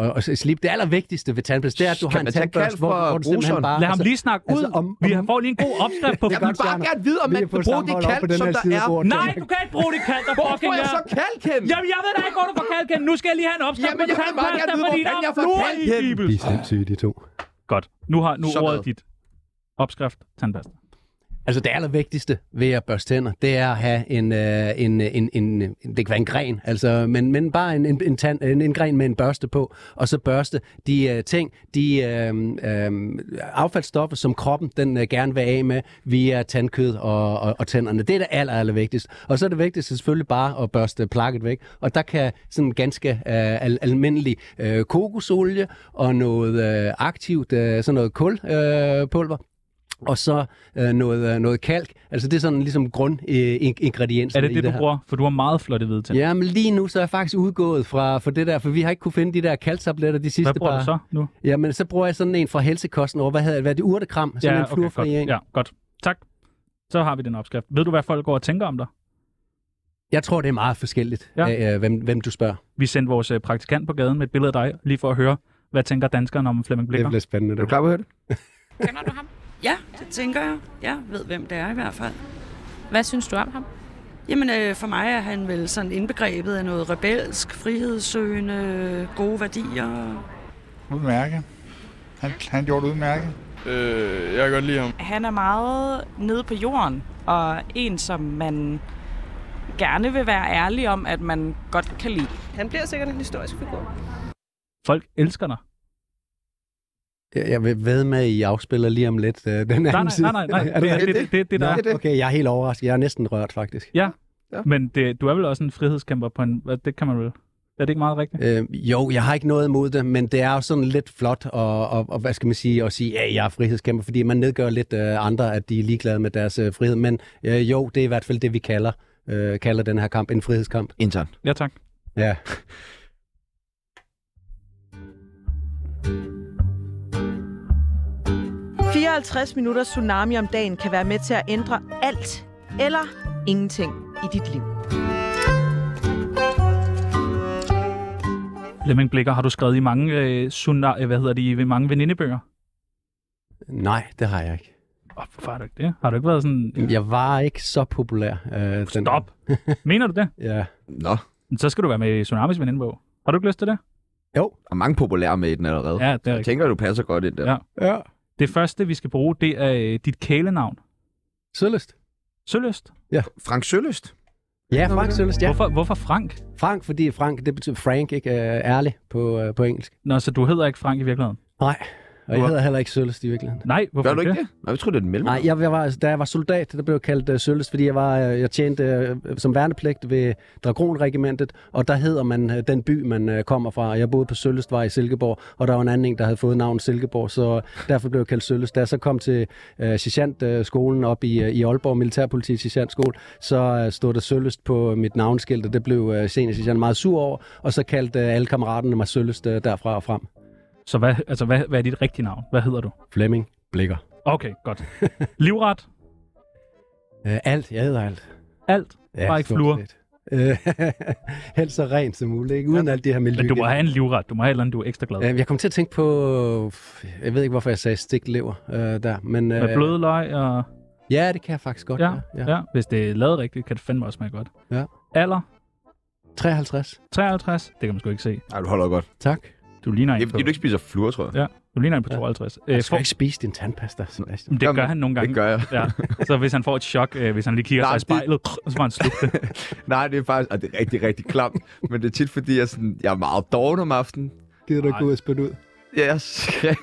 [SPEAKER 5] til at, at, at slippe. Det allervigtigste ved tandpasta, det er, at du
[SPEAKER 1] Kan
[SPEAKER 5] har en
[SPEAKER 1] man tage
[SPEAKER 5] tandbørste,
[SPEAKER 1] kalk
[SPEAKER 5] hvor,
[SPEAKER 1] fra
[SPEAKER 5] hvor du simpelthen
[SPEAKER 1] bruseren?
[SPEAKER 5] bare...
[SPEAKER 3] Lad ham lige snakke ud.
[SPEAKER 5] altså, om-
[SPEAKER 3] Vi
[SPEAKER 5] om-
[SPEAKER 3] får lige en god opskrift på
[SPEAKER 1] Jeg
[SPEAKER 3] det.
[SPEAKER 1] vil bare
[SPEAKER 5] Stjerner.
[SPEAKER 1] gerne vide, om
[SPEAKER 5] Vi
[SPEAKER 1] man
[SPEAKER 5] kan få
[SPEAKER 1] kan bruge det
[SPEAKER 5] sammenhold op
[SPEAKER 1] kaldt,
[SPEAKER 5] på den
[SPEAKER 1] som
[SPEAKER 5] her
[SPEAKER 1] der er.
[SPEAKER 5] sidebord.
[SPEAKER 3] Nej, du kan ikke bruge det kald, der
[SPEAKER 1] Hvorfor
[SPEAKER 3] fucking
[SPEAKER 1] er jeg
[SPEAKER 3] er.
[SPEAKER 1] så kaldt, Ken?
[SPEAKER 3] Jamen, jeg ved da ikke, hvor du får kaldt, Ken. Nu skal jeg lige have en opskrift
[SPEAKER 1] Jamen,
[SPEAKER 3] på
[SPEAKER 1] jeg vil meget gerne
[SPEAKER 3] tandpasta,
[SPEAKER 1] vide, hvor
[SPEAKER 3] fordi der
[SPEAKER 1] fanden
[SPEAKER 3] er
[SPEAKER 1] jeg får
[SPEAKER 3] fluer
[SPEAKER 1] kaldt,
[SPEAKER 3] i
[SPEAKER 1] Ken.
[SPEAKER 3] Bibel.
[SPEAKER 5] De er sindssyge, de to.
[SPEAKER 3] Godt. Nu har nu
[SPEAKER 1] Sådan
[SPEAKER 3] ordet
[SPEAKER 1] noget.
[SPEAKER 3] dit. Opskrift tandpasta.
[SPEAKER 5] Altså det allervigtigste ved at børste tænder, det er at have en, øh, en, en, en, en det kan være en gren, altså, men, men bare en, en, en, tand, en, en gren med en børste på, og så børste de øh, ting, de øh, øh, affaldsstoffer, som kroppen den øh, gerne vil af med via tandkød og, og, og tænderne. Det er det aller, aller vigtigste. Og så er det vigtigste selvfølgelig bare at børste plakket væk, og der kan sådan ganske øh, al, almindelig øh, kokosolie og noget øh, aktivt, øh, sådan noget kulpulver, øh, pulver, og så øh, noget, øh, noget kalk. Altså det er sådan ligesom grundingrediensen.
[SPEAKER 3] Er det det,
[SPEAKER 5] i
[SPEAKER 3] du
[SPEAKER 5] det her.
[SPEAKER 3] bruger? For du har meget flotte hvide tænder.
[SPEAKER 5] Ja, men lige nu så er jeg faktisk udgået fra for det der, for vi har ikke kunne finde de der kalktabletter de sidste
[SPEAKER 3] Hvad bruger
[SPEAKER 5] par.
[SPEAKER 3] du så nu?
[SPEAKER 5] Jamen, så bruger jeg sådan en fra helsekosten over, hvad hedder det, hvad er det urtekram, sådan en fluorfri
[SPEAKER 3] godt.
[SPEAKER 5] en.
[SPEAKER 3] Ja, godt. Tak. Så har vi den opskrift. Ved du, hvad folk går og tænker om dig?
[SPEAKER 5] Jeg tror, det er meget forskelligt,
[SPEAKER 3] Ja.
[SPEAKER 5] ja. øh, hvem, hvem du spørger.
[SPEAKER 3] Vi sendte vores øh, praktikant på gaden med et billede af dig, lige for at høre, hvad tænker danskerne om Flemming
[SPEAKER 5] Det
[SPEAKER 3] Blikker?
[SPEAKER 5] bliver spændende.
[SPEAKER 1] Er du klar på at høre det?
[SPEAKER 7] Kender du ham?
[SPEAKER 8] Ja, det tænker jeg. Jeg ved, hvem det er i hvert fald.
[SPEAKER 7] Hvad synes du om ham?
[SPEAKER 8] Jamen, øh, for mig er han vel sådan indbegrebet af noget rebelsk, frihedssøgende, gode værdier.
[SPEAKER 9] Udmærket. Han, han gjorde det udmærket.
[SPEAKER 10] Øh, jeg kan godt lide ham.
[SPEAKER 11] Han er meget nede på jorden, og en, som man gerne vil være ærlig om, at man godt kan lide.
[SPEAKER 12] Han bliver sikkert en historisk figur.
[SPEAKER 3] Folk elsker dig.
[SPEAKER 5] Jeg, jeg vil ved med, at I afspiller lige om lidt øh, den anden
[SPEAKER 3] Nej,
[SPEAKER 5] side.
[SPEAKER 3] nej, nej, nej, nej.
[SPEAKER 5] er det,
[SPEAKER 3] Det er det,
[SPEAKER 6] rigtigt?
[SPEAKER 3] det, det, det der er.
[SPEAKER 6] Nå.
[SPEAKER 5] det, okay, jeg er helt overrasket. Jeg er næsten rørt, faktisk.
[SPEAKER 3] Men det, du er vel også en frihedskæmper på en... hvad- Det kan man vel... Er det ikke meget rigtigt?
[SPEAKER 5] Øh, jo, jeg har ikke noget imod det, men det er jo sådan lidt flot og, og, og hvad skal man sige, at sige, ja, jeg er frihedskæmper, fordi man nedgør lidt øh, andre, at de er ligeglade med deres øh, frihed. Men øh, jo, det er i hvert fald det, vi kalder, øh, kalder den her kamp, en frihedskamp.
[SPEAKER 6] Intern.
[SPEAKER 3] Ja, tak.
[SPEAKER 5] Ja.
[SPEAKER 4] Ej. 54 minutter tsunami om dagen kan være med til at ændre alt eller ingenting i dit liv.
[SPEAKER 3] Flemming Blikker har du skrevet i mange, øh, sunda, øh, hvad hedder de, i mange venindebøger.
[SPEAKER 5] Nej, det har jeg ikke.
[SPEAKER 3] Åh, hvorfor har du ikke det? Har du ikke været sådan...
[SPEAKER 5] Jeg var ikke så populær. Øh,
[SPEAKER 3] Stop! Mener du det?
[SPEAKER 5] Ja.
[SPEAKER 6] Nå,
[SPEAKER 3] Men Så skal du være med i Tsunamis venindebog. Har du ikke lyst til det?
[SPEAKER 6] der er mange populære med i den allerede.
[SPEAKER 3] Ja, det er
[SPEAKER 6] Jeg
[SPEAKER 3] rigtigt.
[SPEAKER 6] tænker, du passer godt ind der.
[SPEAKER 3] Ja.
[SPEAKER 5] Ja.
[SPEAKER 3] Det første, vi skal bruge, det er øh, dit kælenavn.
[SPEAKER 5] Sølyst.
[SPEAKER 3] Søløst.
[SPEAKER 6] Frank Søløst.
[SPEAKER 5] Ja, Frank Sølyst,
[SPEAKER 3] Ja.
[SPEAKER 5] ja.
[SPEAKER 3] Hvorfor, hvorfor Frank?
[SPEAKER 5] Frank, fordi Frank, det betyder Frank, ikke? Øh, ærlig på, øh, på engelsk.
[SPEAKER 3] Nå, så du hedder ikke Frank i virkeligheden?
[SPEAKER 5] Nej, og jeg
[SPEAKER 6] Du har-
[SPEAKER 5] hedder heller ikke Sølyst i virkeligheden.
[SPEAKER 3] Nej, hvorfor
[SPEAKER 6] Gør du ikke det? Nej, vi tror, det er den mellem.
[SPEAKER 5] Nej, jeg, jeg var, altså, da jeg var soldat, der blev jeg kaldt uh, Sølyst, fordi jeg, var, øh, jeg tjente uh, som værnepligt ved Dragonregimentet, og der hedder man uh, den by, man uh, kommer fra. Jeg boede på Søllestvej i Silkeborg, og der var en anden en, der havde fået navnet Silkeborg, så derfor blev jeg kaldt Sølyst. Da jeg så kom til uh, sergeantskolen op i, uh, i Aalborg, Militærpolitiets sergeantskole, så uh, stod der Sølyst på mit navnskilt, og det blev uh, senior sergeant meget sur over, og så kaldte uh, alle kammeraterne mig Sølyst uh, derfra og frem.
[SPEAKER 3] Så hvad, altså, hvad, hvad er dit rigtige navn? Hvad hedder du?
[SPEAKER 5] Flemming Blikker.
[SPEAKER 3] Okay, godt. Livret.
[SPEAKER 5] Uh, alt, jeg hedder alt.
[SPEAKER 3] Alt.
[SPEAKER 5] Ja,
[SPEAKER 3] Bare ikke
[SPEAKER 5] stort
[SPEAKER 3] fluer.
[SPEAKER 5] set. Øh, Helst så rent som muligt, ikke? uden ja. alt det her miljø.
[SPEAKER 3] Men du må have en livret. Du må have et eller andet, du er ekstra glad.
[SPEAKER 5] Øh, Jeg kom til at tænke på, jeg ved ikke, hvorfor jeg sagde stiklever øh, der, men... Øh,
[SPEAKER 3] Med bløde løg og...
[SPEAKER 5] Ja, det kan jeg faktisk godt.
[SPEAKER 3] Ja,
[SPEAKER 5] ja.
[SPEAKER 3] ja. Hvis det er lavet rigtigt, kan det fandme også smage godt.
[SPEAKER 5] Ja.
[SPEAKER 3] Alder?
[SPEAKER 5] 53.
[SPEAKER 3] 53? Det kan man sgu ikke se.
[SPEAKER 6] Nej, du holder godt.
[SPEAKER 5] Tak.
[SPEAKER 3] Du ligner
[SPEAKER 6] Det
[SPEAKER 3] en
[SPEAKER 6] er
[SPEAKER 3] på,
[SPEAKER 6] fordi, du ikke spiser fluer, tror jeg.
[SPEAKER 3] Ja. du ligner en på
[SPEAKER 5] Ja.
[SPEAKER 3] 52. Ja.
[SPEAKER 5] Jeg skal ikke spise din tandpasta, Sebastian.
[SPEAKER 3] det gør
[SPEAKER 6] Jamen,
[SPEAKER 3] han nogle gange.
[SPEAKER 6] Det gør jeg.
[SPEAKER 3] Ja. Så hvis han får et chok, øh, hvis han lige kigger
[SPEAKER 6] Nej,
[SPEAKER 3] sig i
[SPEAKER 6] det-
[SPEAKER 3] spejlet, så får han slugt det.
[SPEAKER 6] Nej, det er faktisk... Og det er rigtig, rigtig klamt. Men det er tit, fordi jeg, sådan, jeg er meget doven om aftenen.
[SPEAKER 5] Gider du
[SPEAKER 3] ikke gå
[SPEAKER 5] ud og spille ud?
[SPEAKER 6] Ja, jeg skal...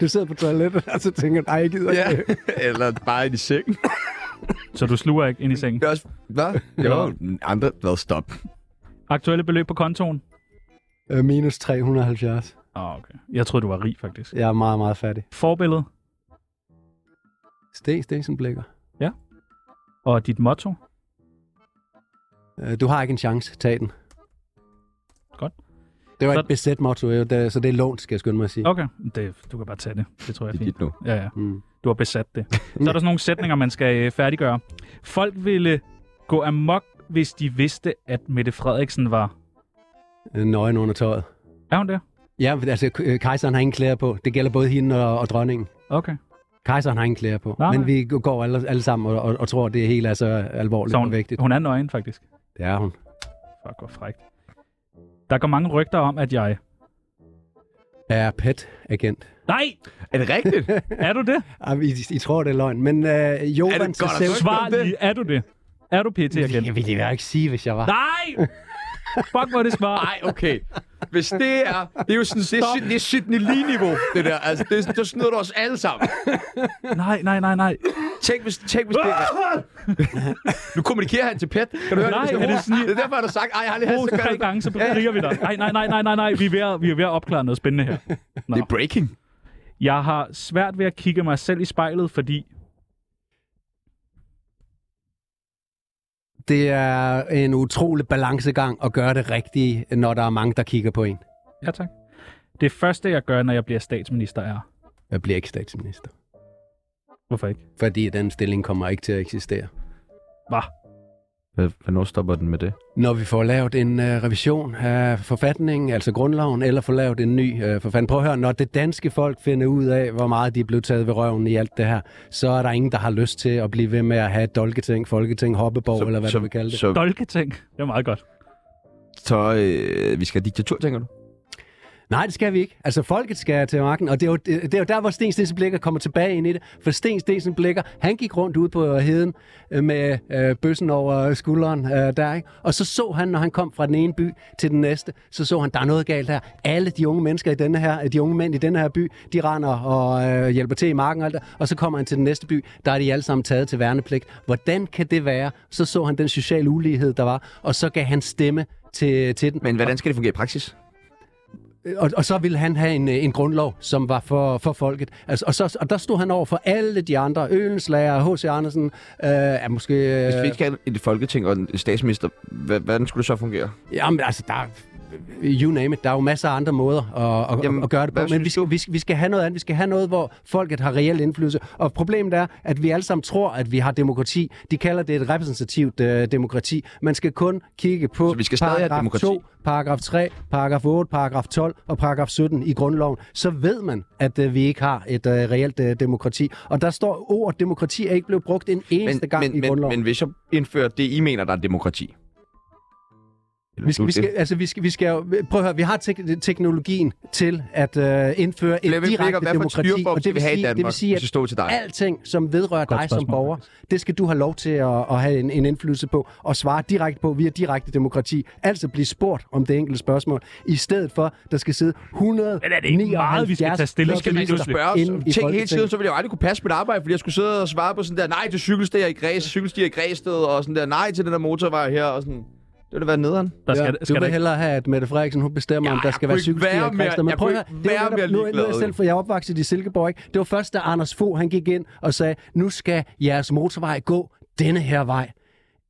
[SPEAKER 5] Du sidder på toilettet, og så tænker du, nej, jeg gider
[SPEAKER 6] Ja.
[SPEAKER 5] ikke.
[SPEAKER 6] Eller bare ind i sengen.
[SPEAKER 3] Mm. Så du sluger ikke ind i sengen.
[SPEAKER 6] Det er også... Hvad? Jo, andre... Hvad? Stop.
[SPEAKER 3] Aktuelle beløb på kontoen?
[SPEAKER 5] Øh, minus 370.
[SPEAKER 3] Åh, oh, okay. Jeg troede, du var rig, faktisk.
[SPEAKER 5] Jeg er meget, meget fattig.
[SPEAKER 3] Forbillede
[SPEAKER 5] Sten Stensenblikker.
[SPEAKER 3] og dit motto?
[SPEAKER 5] Øh, Du har ikke en chance. Tag den.
[SPEAKER 3] Godt.
[SPEAKER 5] Det var
[SPEAKER 3] Så-
[SPEAKER 5] et besæt motto, jo, da- så det er lånt, skal jeg skynde mig at sige.
[SPEAKER 3] Okay, det, du kan bare tage det. Det tror jeg er
[SPEAKER 6] Det er
[SPEAKER 3] fint.
[SPEAKER 6] dit nu.
[SPEAKER 3] Ja, ja.
[SPEAKER 5] Mm.
[SPEAKER 3] Du har besat det. Så er der sådan nogle sætninger, man skal øh, færdiggøre. Folk ville gå amok, hvis de vidste, at Mette Frederiksen var...
[SPEAKER 5] Øh, Nøgen under tøjet.
[SPEAKER 3] Er hun det?
[SPEAKER 5] Ja, men altså, k- øh, kejseren har ingen klæder på. Det gælder både hende og, og dronningen.
[SPEAKER 3] Okay.
[SPEAKER 5] Kejseren har ingen klæder på.
[SPEAKER 3] Nej,
[SPEAKER 5] Nej.
[SPEAKER 3] nej.
[SPEAKER 5] Men vi går alle, alle sammen og, og, og tror, det er helt altså, alvorligt
[SPEAKER 3] Så
[SPEAKER 5] og
[SPEAKER 3] hun,
[SPEAKER 5] vigtigt.
[SPEAKER 3] hun er nøgen, faktisk.
[SPEAKER 5] Det er hun.
[SPEAKER 3] Fuck, hvor frækt. Der går mange rygter om, at jeg...
[SPEAKER 5] Er PET-agent.
[SPEAKER 3] Nej!
[SPEAKER 6] Er det rigtigt?
[SPEAKER 3] Er du det?
[SPEAKER 5] Ej, I, I tror, det er løgn, men øh,
[SPEAKER 6] Er
[SPEAKER 5] Jovan
[SPEAKER 6] det
[SPEAKER 5] til
[SPEAKER 6] godt at
[SPEAKER 5] Sev...
[SPEAKER 6] rykke?
[SPEAKER 3] Svar lige, er du det? Er du pt igen?
[SPEAKER 5] Jeg ville det jo ikke sige, hvis jeg var.
[SPEAKER 3] Nej! Fuck, hvor er det svar.
[SPEAKER 6] Nej, okay. Hvis det er... Det er jo sådan... Det er, Syd- det er Sydney Lee-niveau, det der. Altså, det, så snyder du os alle sammen.
[SPEAKER 3] Nej, nej, nej, nej.
[SPEAKER 6] Tænk, hvis, tænk, hvis det er... nu kommunikerer han til Pet. Kan du høre
[SPEAKER 3] Nej,
[SPEAKER 6] det?
[SPEAKER 3] er det snil?
[SPEAKER 6] Det er derfor, han har sagt, ej, jeg har lige
[SPEAKER 3] Brug
[SPEAKER 6] haft så
[SPEAKER 3] tre
[SPEAKER 6] godt.
[SPEAKER 3] gange, så beriger vi dig. Nej, nej, nej, nej, nej, nej. Vi er ved at, vi er ved at opklare noget spændende her. Nå.
[SPEAKER 6] Det er breaking.
[SPEAKER 3] Jeg har svært ved at kigge mig selv i spejlet, fordi...
[SPEAKER 5] Det er en utrolig balancegang at gøre det rigtige, når der er mange, der kigger på en.
[SPEAKER 3] Ja, tak. Det første, jeg gør, når jeg bliver statsminister, er...
[SPEAKER 5] Jeg bliver ikke statsminister,
[SPEAKER 3] Hvorfor ikke?
[SPEAKER 5] fordi den stilling kommer ikke til at eksistere.
[SPEAKER 3] Hvad?
[SPEAKER 6] Hvornår stopper den med det?
[SPEAKER 5] Når vi får lavet en øh, revision af forfatningen, altså grundloven, eller får lavet en ny øh, forfatning. Prøv at høre, når det danske folk finder ud af, hvor meget de er blevet taget ved røven i alt det her, så er der ingen, der har lyst til at blive ved med at have et dolketing, folketing, hoppeborg, så, eller hvad
[SPEAKER 6] så,
[SPEAKER 5] så, du vil kalde det. Så,
[SPEAKER 6] Så, så,
[SPEAKER 3] Dolketing. Det er meget godt.
[SPEAKER 6] så øh, vi skal have diktatur, tænker du?
[SPEAKER 5] Nej, det skal vi ikke. Altså, folket skal til magten, og det er jo, det, det er jo der, hvor Sten Stensen Blikker kommer tilbage ind i det. For Sten Stensen Blikker, han gik rundt ude på heden øh, med øh, bøssen over skulderen øh, der, ikke? Og så så han, når han kom fra den ene by til den næste, så så han, der er noget galt her. Alle de unge mennesker i denne her, de unge mænd i denne her by, de render og øh, hjælper til i marken og alt der. Og så kommer han til den næste by, der er de alle sammen taget til værnepligt. Hvordan kan det være? Så så han den sociale ulighed, der var, og så gav han stemme til, til den.
[SPEAKER 1] Men hvordan skal det fungere i praksis?
[SPEAKER 5] Og, og så ville han have en, øh, en grundlov, som var for, for folket. Altså, og, så, og der stod han over for alle de andre. Ølenslager, H.C. Andersen, øh, er måske... Øh,
[SPEAKER 1] Hvis vi ikke skal have et folketing og en statsminister, hva- hvordan skulle det så fungere?
[SPEAKER 5] Jamen, altså, der er... You name it. Der er jo masser af andre måder at, at, Jamen, at gøre det på. Men vi skal, vi, skal, vi skal have noget andet. Vi skal have noget, hvor folket har reel indflydelse. Og problemet er, at vi alle sammen tror, at vi har demokrati. De kalder det et repræsentativt øh, demokrati. Man skal kun kigge på
[SPEAKER 1] Så vi skal stadig have
[SPEAKER 5] paragraf
[SPEAKER 1] demokrati.
[SPEAKER 5] 2, paragraf 3, paragraf 8, paragraf 12 og paragraf 17 i grundloven. Så ved man, at øh, vi ikke har et øh, reelt øh, demokrati. Og der står ordet demokrati er ikke blevet brugt en eneste gang i
[SPEAKER 1] men, men,
[SPEAKER 5] grundloven.
[SPEAKER 1] men hvis jeg indfører det, I mener, der er demokrati,
[SPEAKER 5] Vi skal,
[SPEAKER 1] du
[SPEAKER 5] vi skal,
[SPEAKER 1] det?
[SPEAKER 5] altså, vi skal, vi skal jo, prøv at høre, vi har tek- teknologien til at øh, indføre et
[SPEAKER 1] Flemming Blicher,
[SPEAKER 5] direkte
[SPEAKER 1] hvad for et
[SPEAKER 5] demokrati,
[SPEAKER 1] styreform skal vi have i
[SPEAKER 5] det vil
[SPEAKER 1] Danmark,
[SPEAKER 5] sige,
[SPEAKER 1] hvis det
[SPEAKER 5] at
[SPEAKER 1] stod til dig?
[SPEAKER 5] alting, som vedrører
[SPEAKER 1] Godt
[SPEAKER 5] dig som
[SPEAKER 1] spørgsmål,
[SPEAKER 5] borger, det skal du have lov til at, at have en, en indflydelse på, og svare direkte på via direkte demokrati, altså blive spurgt om det enkelte spørgsmål, i stedet for, der skal sidde 100
[SPEAKER 3] Men er det ikke meget, vi skal tage stilling
[SPEAKER 1] skal man jo spørge os. Tænk hele tiden, så ville jeg jo aldrig kunne passe mit arbejde, fordi jeg skulle sidde og svare på sådan der, nej til cykelstier i Græs, cykelstier i Græsted, og sådan der, nej til den der motorvej her, og sådan. Det ville da være nederen.
[SPEAKER 5] Der skal, ja, skal du vil hellere have, at Mette Frederiksen hun bestemmer, ja, om der skal
[SPEAKER 1] kunne
[SPEAKER 5] være
[SPEAKER 1] ikke
[SPEAKER 5] cykelstier
[SPEAKER 1] være
[SPEAKER 5] i
[SPEAKER 1] mere-
[SPEAKER 5] Græsted. Men
[SPEAKER 1] jeg
[SPEAKER 5] prøv
[SPEAKER 1] kunne
[SPEAKER 5] at høre,
[SPEAKER 1] ikke
[SPEAKER 5] det er jo
[SPEAKER 1] være mere
[SPEAKER 5] netop- nu, nu er jeg
[SPEAKER 1] ligeglad.
[SPEAKER 5] selv, for jeg er opvokset i Silkeborg. Ikke? Det var først, da Anders Fogh han gik ind og sagde, nu skal jeres motorvej gå denne her vej.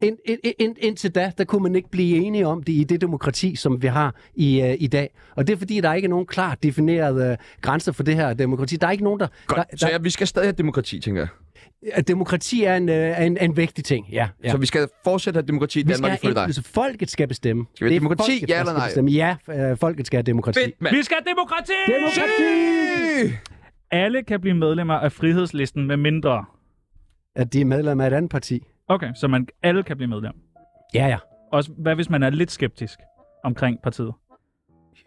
[SPEAKER 5] Ind, ind, ind, indtil da, der kunne man ikke blive enige om det i det demokrati, som vi har i, øh, i dag. Og det er fordi, der ikke er nogen klart definerede øh, grænser for det her demokrati. Der er ikke nogen, der...
[SPEAKER 1] Godt,
[SPEAKER 5] der,
[SPEAKER 1] så
[SPEAKER 5] der
[SPEAKER 1] jeg, vi skal stadig have demokrati, tænker jeg.
[SPEAKER 5] at demokrati er en, øh, er en, er en vigtig ting, ja. ja.
[SPEAKER 1] Så vi skal fortsætte at have demokrati i
[SPEAKER 5] vi skal
[SPEAKER 1] Danmark
[SPEAKER 5] have
[SPEAKER 1] ifølge dig.
[SPEAKER 5] indflydelse. Folket skal bestemme.
[SPEAKER 1] Skal vi have
[SPEAKER 5] Det er
[SPEAKER 1] demokrati,
[SPEAKER 5] folket,
[SPEAKER 1] ja
[SPEAKER 5] der
[SPEAKER 1] eller
[SPEAKER 5] skal
[SPEAKER 1] nej?
[SPEAKER 5] Bestemme. Ja, øh, folket skal have demokrati.
[SPEAKER 1] Fedt, mand.
[SPEAKER 3] Vi skal have demokrati!
[SPEAKER 5] Demokrati!
[SPEAKER 3] Alle kan blive medlemmer af frihedslisten med mindre.
[SPEAKER 5] At de er medlem af et andet parti.
[SPEAKER 3] Okay, så man, alle kan blive medlem.
[SPEAKER 5] Ja, ja.
[SPEAKER 3] Også, hvad hvis man er lidt skeptisk omkring partiet?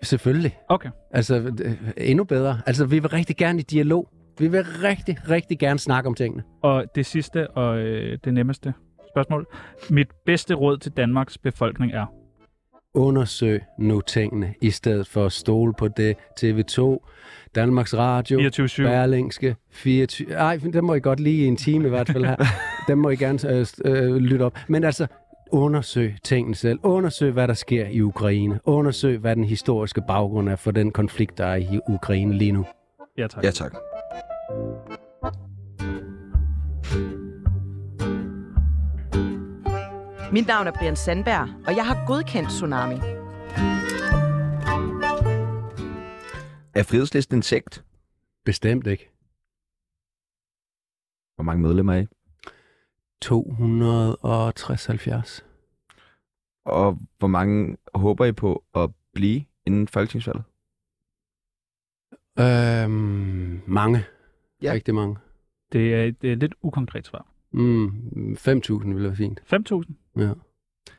[SPEAKER 5] Selvfølgelig.
[SPEAKER 3] Okay.
[SPEAKER 5] Altså, øh, endnu bedre. Altså, vi vil rigtig gerne i dialog. Vi vil rigtig, rigtig gerne snakke om tingene.
[SPEAKER 3] Og det sidste og øh, det nemmeste spørgsmål. Mit bedste råd til Danmarks befolkning er...
[SPEAKER 5] Undersøg nu tingene, i stedet for at stole på det. TV2, Danmarks Radio,
[SPEAKER 3] 24/7.
[SPEAKER 5] Berlingske, 24... Ej, den må I godt lige i en time i hvert fald her. den må I gerne øh, st- øh, lytte op. Men altså, undersøg tingene selv. Undersøg, hvad der sker i Ukraine. Undersøg, hvad den historiske baggrund er for den konflikt, der er i Ukraine lige nu.
[SPEAKER 3] Ja tak.
[SPEAKER 1] Ja tak.
[SPEAKER 4] Mit navn er Brian Sandberg, og jeg har godkendt Tsunami.
[SPEAKER 1] Er frihedslisten en sekt?
[SPEAKER 5] Bestemt ikke.
[SPEAKER 1] Hvor mange medlemmer er I?
[SPEAKER 5] 260.
[SPEAKER 1] Og hvor mange håber I på at blive inden folketingsvalget?
[SPEAKER 5] Øhm, mange.
[SPEAKER 1] Ja.
[SPEAKER 5] Rigtig mange.
[SPEAKER 3] Det er et øh, lidt ukonkret svar.
[SPEAKER 5] Mm, 5.000 ville være fint.
[SPEAKER 3] 5.000.
[SPEAKER 5] Ja.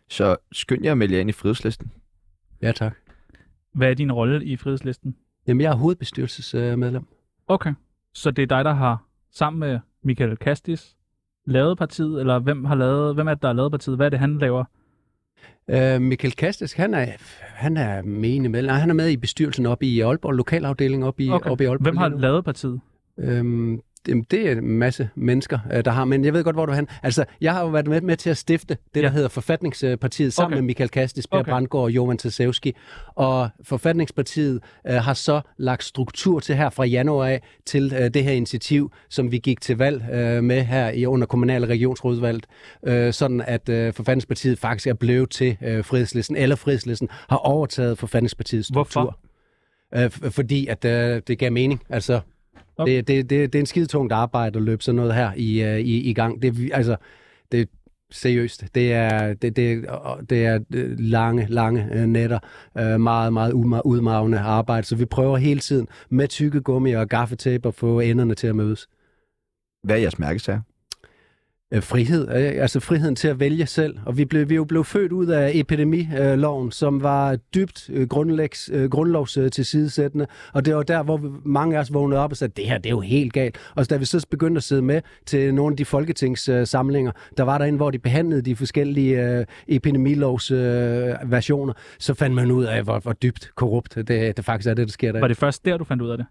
[SPEAKER 1] Så skynd jer at melde jer ind i frihedslisten.
[SPEAKER 5] Ja, tak.
[SPEAKER 3] Hvad er din rolle i frihedslisten?
[SPEAKER 5] Jamen, jeg er hovedbestyrelsesmedlem.
[SPEAKER 3] Okay. Så det er dig, der har sammen med Michael Kastis lavet partiet, eller hvem, har lavet, hvem er det, der har lavet partiet? Hvad er det, han laver?
[SPEAKER 5] Øh, Michael Kastes, han er, han er menig med, nej, han er med i bestyrelsen oppe i Aalborg, lokalafdelingen oppe i, okay. oppe i Aalborg.
[SPEAKER 3] Hvem har
[SPEAKER 5] lige nu.
[SPEAKER 3] lavet partiet?
[SPEAKER 5] Øhm, jamen, det er en masse mennesker, øh, der har, men jeg ved godt, hvor du er hen. Altså, jeg har jo været med, med til at stifte det, der
[SPEAKER 3] Ja.
[SPEAKER 5] hedder Forfatningspartiet, sammen
[SPEAKER 3] Okay.
[SPEAKER 5] med Michael Kastes, Per
[SPEAKER 3] Okay.
[SPEAKER 5] okay. Brandgaard og Johan Tasevski. Og Forfatningspartiet øh, har så lagt struktur til her fra januar af, til øh, det her initiativ, som vi gik til valg øh, med her i under kommunal- og regionsrådsvalget, øh, sådan at øh, Forfatningspartiet faktisk er blevet til øh, Frihedslisten, eller Frihedslisten har overtaget Forfatningspartiets struktur.
[SPEAKER 3] Hvorfor?
[SPEAKER 5] Øh, f- fordi at øh, det gav mening. Altså,
[SPEAKER 3] Okay.
[SPEAKER 5] okay. det, det, det, det er en skide tungt arbejde at løbe sådan noget her i, øh, i, i gang. Det, er vi- altså, det er seriøst. Det er, det, det, og det er øh, lange, lange øh, nætter. Øh, meget, meget uma- udmavende arbejde. Så vi prøver hele tiden med tykke gummi og gaffetape at få enderne til at mødes.
[SPEAKER 1] Hvad er jeres mærkesager?
[SPEAKER 5] øh, frihed, øh, altså friheden til at vælge selv. Og vi blev, vi er jo blev født ud af epidemiloven, som var dybt øh, grundlægs, øh, grundlovs øh, tilsidesættende. Og det var der, hvor vi, mange af os vågnede op og sagde, det her det er jo helt galt. Og så da vi så begyndte at sidde med til nogle af de folketingssamlinger, der var der en, hvor de behandlede de forskellige øh, epidemilovs øh, versioner, så fandt man ud af, hvor, hvor dybt korrupt det, det faktisk er, det der sker der.
[SPEAKER 3] Var det først der, du fandt ud af det?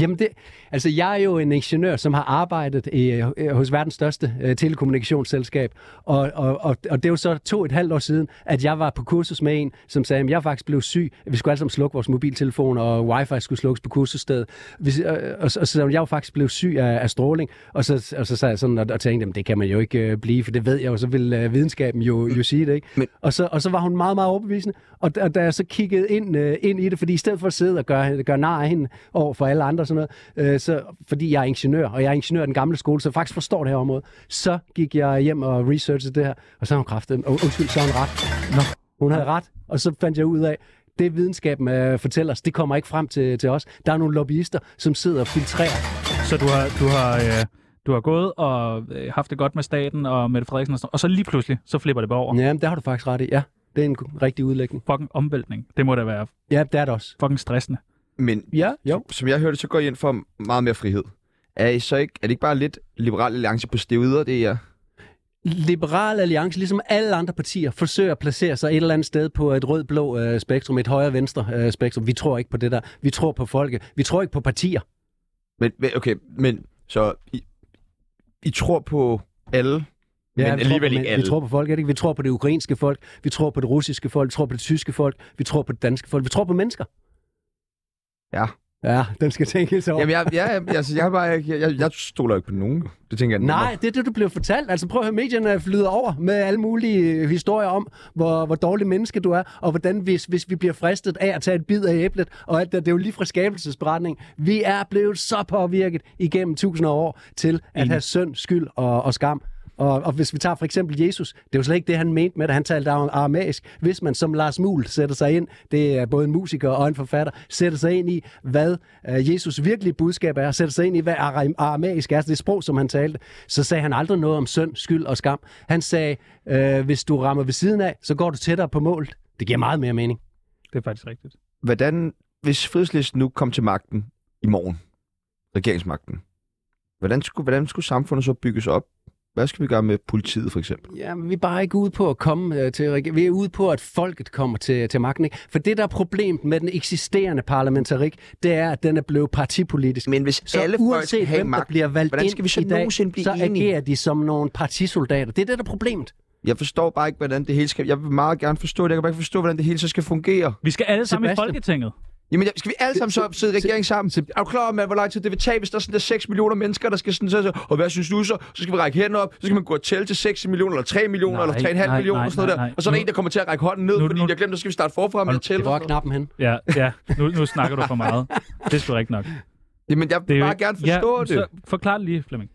[SPEAKER 5] Jamen det, altså jeg er jo en ingeniør, som har arbejdet i, hos verdens største øh, telekommunikationsselskab, og, og, og, og det er jo så to og et halvt år siden, at jeg var på kursus med en, som sagde, at jeg er faktisk blev syg, vi skulle alle sammen slukke vores mobiltelefon, og wifi skulle slukkes på kursusstedet, Hvis, og, og, og så jeg var faktisk blev syg af, af stråling, og så, og så sad jeg sådan og, og tænkte, at det kan man jo ikke øh, blive, for det ved jeg jo, så vil øh, videnskaben jo, jo sige det, ikke? Men... Og, så, og så var hun meget, meget overbevisende, og, og da jeg så kiggede ind, øh, ind i det, fordi i stedet for at sidde og gøre, gøre nar af hende over for alle andre, andre og sådan noget, øh, så, fordi jeg er ingeniør, og jeg er ingeniør af den gamle skole, så jeg faktisk forstår det her område, så gik jeg hjem og researchede det her, og så har hun kraftet, og undskyld, så har hun ret. Nå, hun havde ret, og så fandt jeg ud af, det videnskaben øh, fortæller os, det kommer ikke frem til, til os. Der er nogle lobbyister, som sidder og filtrerer.
[SPEAKER 3] Så du har, du har, øh, du har gået og øh, haft det godt med staten og Mette Frederiksen, og, sådan, og så lige pludselig, så flipper det bare over.
[SPEAKER 5] Ja, det har du faktisk ret i, ja. Det er en rigtig udlægning.
[SPEAKER 3] Fucking omvæltning. Det må da være.
[SPEAKER 5] Ja, det er det også.
[SPEAKER 3] Fucking stressende.
[SPEAKER 1] Men
[SPEAKER 5] ja, jo.
[SPEAKER 1] som jeg hørte, så går I ind for meget mere frihed. Er, I så ikke, er det ikke bare lidt liberal alliance på stevider, det er
[SPEAKER 5] Liberal Alliance, ligesom alle andre partier, forsøger at placere sig et eller andet sted på et rød-blå øh, spektrum, et højre-venstre øh, spektrum. Vi tror ikke på det der. Vi tror på folket. Vi tror ikke på partier.
[SPEAKER 1] Men, okay, men så I, I tror på alle
[SPEAKER 5] Ja, men alligevel ikke alle. Vi tror på folk, ikke? Vi tror på det ukrainske folk, vi tror på det russiske folk, vi tror på det tyske folk, vi tror på det danske folk, vi tror på mennesker.
[SPEAKER 1] Ja.
[SPEAKER 5] Ja, den skal tænkes over.
[SPEAKER 1] Jamen, jeg, jeg, jeg, altså, jeg, bare, jeg, jeg, jeg stoler ikke på nogen. Det tænker jeg
[SPEAKER 5] Nej, det er det, du blev fortalt. Altså prøv at høre, medierne flyder over med alle mulige øh, historier om, hvor, hvor dårlig menneske du er, og hvordan hvis, hvis vi bliver fristet af at tage et bid af æblet, og alt det, det er jo lige fra skabelsesberetning. Vi er blevet så påvirket igennem tusinder af år til at have synd, skyld og, og skam. Og, og hvis vi tager for eksempel Jesus, det er jo slet ikke det, han mente med det. Han talte om aramæisk. Hvis man som Lars Muhl sætter sig ind, det er både en musiker og en forfatter, sætter sig ind i, hvad øh, Jesus virkelige budskab er, sætter sig ind i, hvad aram- aramæisk er, altså det sprog, som han talte, så sagde han aldrig noget om synd, skyld og skam. Han sagde, øh, hvis du rammer ved siden af, så går du tættere på målet. Det giver meget mere mening.
[SPEAKER 3] Det er faktisk rigtigt.
[SPEAKER 1] Hvordan, hvis Frihedslisten nu kom til magten i morgen, regeringsmagten, hvordan skulle, hvordan skulle samfundet så bygges op? Hvad skal vi gøre med politiet, for eksempel?
[SPEAKER 5] Jamen, vi er bare ikke ude på at komme øh, til reg- Vi er ude på, at folket kommer til, til magten. Ikke? For det, der er problemet med den eksisterende parlamentarik, det er, at den er blevet partipolitisk.
[SPEAKER 1] Men hvis
[SPEAKER 5] så
[SPEAKER 1] alle folk
[SPEAKER 5] uanset
[SPEAKER 1] skal have
[SPEAKER 5] hvem, der
[SPEAKER 1] magt,
[SPEAKER 5] bliver valgt
[SPEAKER 1] hvordan skal
[SPEAKER 5] ind
[SPEAKER 1] vi så
[SPEAKER 5] i dag,
[SPEAKER 1] nogensinde blive
[SPEAKER 5] så
[SPEAKER 1] enige?
[SPEAKER 5] agerer de som nogle partisoldater. Det er det, der er problemet.
[SPEAKER 1] Jeg forstår bare ikke, hvordan det hele skal... Jeg vil meget gerne forstå det. Jeg kan bare ikke forstå, hvordan det hele så skal fungere.
[SPEAKER 3] Vi skal alle sammen i
[SPEAKER 5] Sebastian.
[SPEAKER 3] Folketinget.
[SPEAKER 1] Jamen, skal vi alle sammen så sidde i regeringen sammen? Er du klar over, mand, hvor lang tid det vil tage, hvis der er sådan der 6 millioner mennesker, der skal sådan så, så og hvad synes du så? Så skal vi række hænder op, så skal man gå og tælle til 6 millioner, eller 3 millioner,
[SPEAKER 3] Nej,
[SPEAKER 1] eller 3,5
[SPEAKER 3] nej,
[SPEAKER 1] millioner,
[SPEAKER 3] nej,
[SPEAKER 1] og sådan noget
[SPEAKER 3] nej,
[SPEAKER 1] der.
[SPEAKER 3] nej.
[SPEAKER 1] Og så er der
[SPEAKER 3] Nu-
[SPEAKER 1] en, der kommer til at række hånden ned,
[SPEAKER 3] nu-
[SPEAKER 1] fordi
[SPEAKER 3] nu-
[SPEAKER 1] vi har glemt, at skal vi starte forfra med at tælle.
[SPEAKER 5] Hvor er knappen hen?
[SPEAKER 3] Ja, ja. Nu, nu snakker du for meget. Det er sgu rigtigt nok.
[SPEAKER 1] Jamen, jeg
[SPEAKER 3] Det
[SPEAKER 1] vil
[SPEAKER 3] er jo
[SPEAKER 1] bare
[SPEAKER 3] ikke-
[SPEAKER 1] gerne forstå
[SPEAKER 3] ja,
[SPEAKER 1] det.
[SPEAKER 3] Så forklar det lige, Flemming.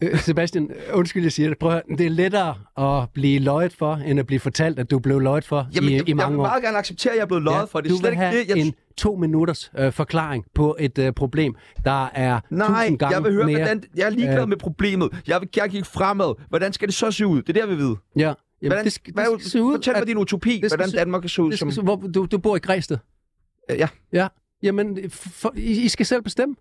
[SPEAKER 5] Øh, Sebastian, øh, undskyld, jeg siger det. Prøv at høre, det er lettere at blive løjet for, end at blive fortalt, at du blev løjet for
[SPEAKER 1] Jamen,
[SPEAKER 5] i,
[SPEAKER 1] jeg,
[SPEAKER 5] i
[SPEAKER 1] jeg
[SPEAKER 5] mange
[SPEAKER 1] vil
[SPEAKER 5] år.
[SPEAKER 1] meget gerne acceptere, at jeg er blevet løjet for. Det er
[SPEAKER 5] du
[SPEAKER 1] slet
[SPEAKER 5] vil
[SPEAKER 1] ikke
[SPEAKER 5] have
[SPEAKER 1] det. Jeg,
[SPEAKER 5] en to minutters øh, forklaring på et øh, problem, der er
[SPEAKER 1] nej,
[SPEAKER 5] tusind gange
[SPEAKER 1] jeg vil høre,
[SPEAKER 5] mere.
[SPEAKER 1] hvordan... Jeg er ligeglad
[SPEAKER 5] øh,
[SPEAKER 1] med problemet. Jeg vil gerne kigge fremad. Hvordan skal det så se ud? Det er der, vi ved.
[SPEAKER 5] Ja. Jamen,
[SPEAKER 1] Hvordan,
[SPEAKER 5] det skal,
[SPEAKER 1] hvad,
[SPEAKER 5] det skal se ud,
[SPEAKER 1] fortæl
[SPEAKER 5] at-
[SPEAKER 1] mig din utopi,
[SPEAKER 5] det skal
[SPEAKER 1] hvordan
[SPEAKER 5] se-
[SPEAKER 1] Danmark kan se ud
[SPEAKER 5] det
[SPEAKER 1] som...
[SPEAKER 5] skal, se- hvor, du, du bor i Græsted?
[SPEAKER 1] Øh, Ja.
[SPEAKER 5] Ja. Jamen, for, I, I skal selv bestemme.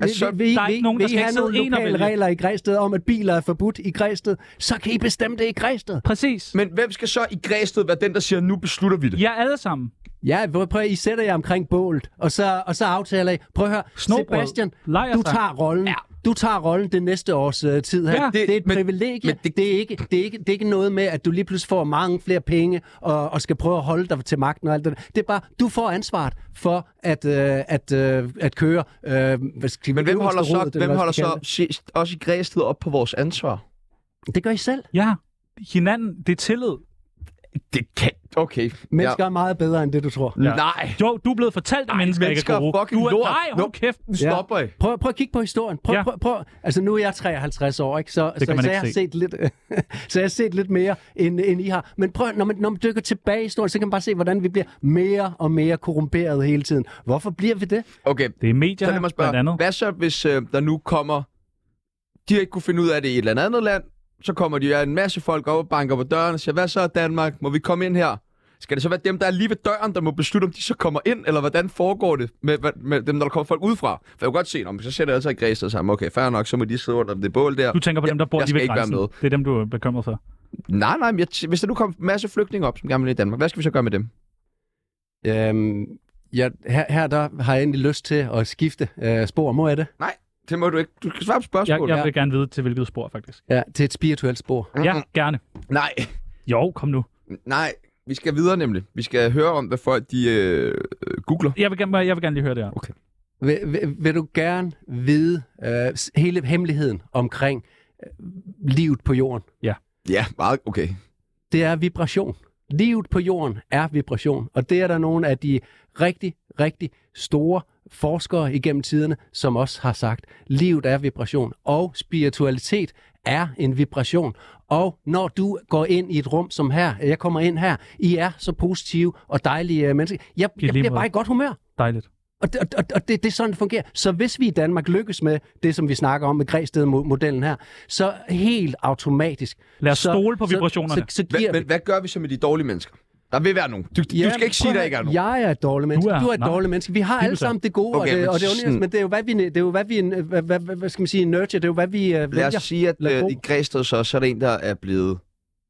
[SPEAKER 1] Altså, så-
[SPEAKER 5] vi, vi,
[SPEAKER 3] der er ikke nogen,
[SPEAKER 5] vi,
[SPEAKER 3] der skal
[SPEAKER 5] I
[SPEAKER 3] ikke
[SPEAKER 5] have nogle
[SPEAKER 3] sidde en og
[SPEAKER 5] lokale
[SPEAKER 3] vælge.
[SPEAKER 5] regler i Græsted om, at biler er forbudt i Græsted, så kan I bestemme det i Græsted.
[SPEAKER 3] Præcis.
[SPEAKER 1] Men hvem skal så i Græsted være den, der siger, nu beslutter vi det?
[SPEAKER 3] Ja, alle sammen.
[SPEAKER 5] Ja, prøv, prøv, at- I sætter jer omkring bålet, og så, og så aftaler I. Prøv at høre,
[SPEAKER 3] Snobrød.
[SPEAKER 5] Sebastian,
[SPEAKER 3] Lejer
[SPEAKER 5] du
[SPEAKER 3] sig.
[SPEAKER 5] tager rollen. Ja. Du tager rollen det næste års uh, tid her.
[SPEAKER 3] Ja.
[SPEAKER 5] Ja, det, det er et
[SPEAKER 1] Men-
[SPEAKER 5] privilegie.
[SPEAKER 1] men
[SPEAKER 5] Men det, det, er ikke, det, er ikke, det er ikke noget med, at du lige pludselig får mange flere penge, og, og skal prøve at holde dig til magten og alt det der. Det er bare, du får ansvaret for at, uh, at, uh, at køre... Uh, hvad skal,
[SPEAKER 1] Men hvem
[SPEAKER 5] øverste
[SPEAKER 1] holder så,
[SPEAKER 5] råd, eller
[SPEAKER 1] hvem
[SPEAKER 5] hvad
[SPEAKER 1] holder
[SPEAKER 5] skal
[SPEAKER 1] så
[SPEAKER 5] kalde
[SPEAKER 1] sidst, også i Græsted op på vores ansvar?
[SPEAKER 5] det? Det gør I selv.
[SPEAKER 3] Ja, hinanden. Det er tillid.
[SPEAKER 1] Det kan... Okay.
[SPEAKER 5] Mennesker ja. er meget bedre end det, du tror.
[SPEAKER 1] Ja. Nej.
[SPEAKER 3] Jo, du er blevet fortalt, at
[SPEAKER 1] Ej,
[SPEAKER 3] mennesker,
[SPEAKER 1] mennesker
[SPEAKER 3] ikke er
[SPEAKER 1] er
[SPEAKER 3] gode.
[SPEAKER 1] fucking
[SPEAKER 3] du er,
[SPEAKER 1] lort.
[SPEAKER 3] Nej, hold kæft.
[SPEAKER 1] Nu stopper I.
[SPEAKER 5] Prøv, prøv at kigge på historien. Prøv,
[SPEAKER 3] Ja.
[SPEAKER 5] ja. prøv, prøv, altså nu er jeg 53 år, ikke? Så,
[SPEAKER 3] kan
[SPEAKER 5] så,
[SPEAKER 3] man
[SPEAKER 5] så
[SPEAKER 3] ikke
[SPEAKER 5] jeg har
[SPEAKER 3] se.
[SPEAKER 5] set lidt, så jeg har set lidt mere end, end I har. Men prøv, når man, når man dykker tilbage i historien, så kan man bare se, hvordan vi bliver mere og mere korrumperet hele tiden. Hvorfor bliver vi det?
[SPEAKER 1] Okay,
[SPEAKER 3] Det er
[SPEAKER 1] så
[SPEAKER 3] medierne,
[SPEAKER 1] lad mig
[SPEAKER 3] blandt andet.
[SPEAKER 1] spørge. Hvad så, hvis øh, der nu kommer... De har ikke kunne finde ud af det i et eller andet land, Så kommer de ja, en masse folk op og banker på døren og siger, hvad så Danmark, må vi komme ind her? Skal det så være dem, der er lige ved døren, der må beslutte, om de så kommer ind, eller hvordan foregår det med, med, med dem, når der kommer folk udefra? For jeg kan godt se, om så sætter jeg altså i græs og sammen, okay, fair nok, så må de sidde under det bål der.
[SPEAKER 3] Du tænker på
[SPEAKER 1] Jeg-
[SPEAKER 3] dem, der bor
[SPEAKER 1] jeg
[SPEAKER 3] lige
[SPEAKER 1] skal
[SPEAKER 3] ved
[SPEAKER 1] ikke være
[SPEAKER 3] grænsen.
[SPEAKER 1] med.
[SPEAKER 3] Det er dem, du er bekymret for.
[SPEAKER 1] Nej, nej, men jeg t- hvis der nu kom en masse flygtninge op, som gerne vil ind i Danmark, hvad skal vi så gøre med dem?
[SPEAKER 5] Øhm, jeg, her, her der har jeg egentlig lyst til at skifte øh, spor. Må jeg det?
[SPEAKER 1] Nej, det må du ikke. Du skal svare på
[SPEAKER 3] Jeg,
[SPEAKER 1] spørgsmålet.
[SPEAKER 3] jeg vil gerne vide, til hvilket spor, faktisk.
[SPEAKER 5] Ja, til et spirituelt spor.
[SPEAKER 3] Ja,
[SPEAKER 1] Mm-hmm.
[SPEAKER 3] gerne.
[SPEAKER 1] Nej.
[SPEAKER 3] Jo, kom nu.
[SPEAKER 1] Nej, vi skal videre nemlig. Vi skal høre om, hvad folk de øh, øh, googler.
[SPEAKER 3] Jeg vil, gerne, jeg vil gerne lige høre det her.
[SPEAKER 1] Okay.
[SPEAKER 5] Vil, vil, vil du gerne vide øh, s- hele hemmeligheden omkring øh, livet på jorden?
[SPEAKER 3] Ja.
[SPEAKER 1] Ja, meget okay.
[SPEAKER 5] Det er vibration. Livet på jorden er vibration, og det er der nogle af de rigtig, rigtig store forskere igennem tiderne, som også har sagt, livet er vibration, og spiritualitet er en vibration. Og når du går ind i et rum som her, jeg kommer ind her, I er så positive og dejlige øh, mennesker. Jeg, jeg bliver
[SPEAKER 3] måde.
[SPEAKER 5] bare i godt humør.
[SPEAKER 3] Dejligt.
[SPEAKER 5] Og, det, og, og det, det er sådan, det fungerer. Så hvis vi i Danmark lykkes med det, som vi snakker om med Græsted-modellen her, så helt automatisk...
[SPEAKER 3] Lad os
[SPEAKER 5] så,
[SPEAKER 3] stole på
[SPEAKER 5] så-
[SPEAKER 3] vibrationerne.
[SPEAKER 5] Så, så, så
[SPEAKER 1] Hvad,
[SPEAKER 5] giver
[SPEAKER 1] men hvad gør vi så med de dårlige mennesker? Der vil være nogen. Du, ja,
[SPEAKER 5] Ja,
[SPEAKER 1] du skal ikke sige,
[SPEAKER 5] prøv at
[SPEAKER 1] der
[SPEAKER 5] høre,
[SPEAKER 1] ikke er nogen.
[SPEAKER 5] Jeg er et dårligt menneske.
[SPEAKER 3] Du
[SPEAKER 5] Du
[SPEAKER 3] er-
[SPEAKER 5] er, et
[SPEAKER 3] nej.
[SPEAKER 5] dårligt menneske. Vi har
[SPEAKER 3] Helt
[SPEAKER 5] alle sammen det gode,
[SPEAKER 1] Okay,
[SPEAKER 5] og det,
[SPEAKER 1] men
[SPEAKER 5] og det onde,
[SPEAKER 1] sådan-
[SPEAKER 5] men det er jo, hvad vi, det er jo, hvad vi, hvad, hvad, hvad, hvad skal man sige, nurture, det er jo, hvad vi øh,
[SPEAKER 1] Lad os
[SPEAKER 5] vælger.
[SPEAKER 1] sige, at
[SPEAKER 5] Lad
[SPEAKER 1] øh,
[SPEAKER 5] gå.
[SPEAKER 1] i Græsted så, så er der en, der er blevet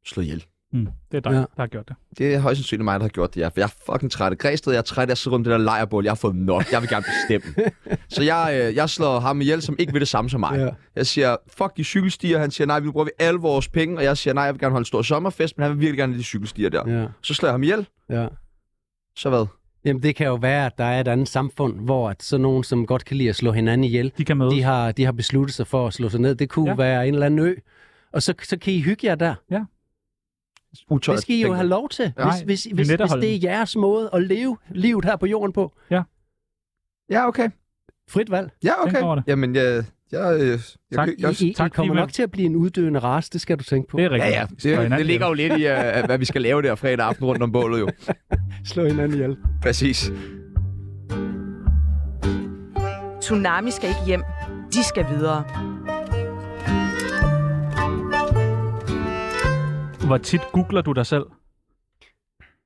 [SPEAKER 1] slået ihjel.
[SPEAKER 3] Mm, det er dig,
[SPEAKER 5] Ja.
[SPEAKER 3] der har gjort det.
[SPEAKER 1] Det er højst sandsynligt mig, der har gjort det her, for jeg er fucking træt af Græsted. Jeg er træt af at sidde rundt i det der lejrbål. Jeg har fået nok. Jeg vil gerne bestemme. så jeg, øh, jeg slår ham ihjel, som ikke vil det samme som mig.
[SPEAKER 5] Ja.
[SPEAKER 1] Jeg siger, fuck de cykelstier. Han siger, nej, vi bruger vi alle vores penge. Og jeg siger, nej, jeg vil gerne holde en stor sommerfest, men han vil virkelig gerne have de cykelstier der.
[SPEAKER 5] Ja,
[SPEAKER 1] Så slår jeg ham ihjel.
[SPEAKER 5] ja.
[SPEAKER 1] Så hvad?
[SPEAKER 5] Jamen, det kan jo være, at der er et andet samfund, hvor at sådan nogen, som godt kan lide at slå hinanden ihjel,
[SPEAKER 3] De kan mødes.
[SPEAKER 5] de har, de har besluttet sig for at slå sig ned. Det kunne
[SPEAKER 3] Ja.
[SPEAKER 5] ja. være en eller anden ø, og så, så kan I hygge jer der.
[SPEAKER 1] Utøjet,
[SPEAKER 5] Det skal I jo
[SPEAKER 1] tænker
[SPEAKER 5] have lov til,
[SPEAKER 3] Nej,
[SPEAKER 5] hvis, hvis,
[SPEAKER 3] vi er
[SPEAKER 5] hvis, hvis
[SPEAKER 3] netteholdende.
[SPEAKER 5] det er jeres måde at leve livet her på jorden på.
[SPEAKER 1] jeg. Ja, okay.
[SPEAKER 5] Frit valg.
[SPEAKER 1] Ja,
[SPEAKER 3] Tænk over
[SPEAKER 1] okay.
[SPEAKER 3] det.
[SPEAKER 1] Jamen, jeg... Jeg, øh, jeg,
[SPEAKER 3] Tak.
[SPEAKER 1] jeg,
[SPEAKER 5] I,
[SPEAKER 1] jeg,
[SPEAKER 5] I,
[SPEAKER 3] tak,
[SPEAKER 5] I kommer
[SPEAKER 3] Ivan.
[SPEAKER 5] nok til at blive en uddøende race, det skal du tænke på.
[SPEAKER 3] Det er rigtigt.
[SPEAKER 1] Ja, ja.
[SPEAKER 3] Vi slår
[SPEAKER 1] Det,
[SPEAKER 3] hinanden
[SPEAKER 1] det ligger
[SPEAKER 3] ihjel.
[SPEAKER 1] jo lidt i, uh, hvad vi skal lave der fredag aften rundt om bålet jo.
[SPEAKER 5] Slå hinanden ihjel.
[SPEAKER 1] Præcis.
[SPEAKER 4] Tsunami skal ikke hjem. De skal videre.
[SPEAKER 3] Hvor tit googler du dig selv?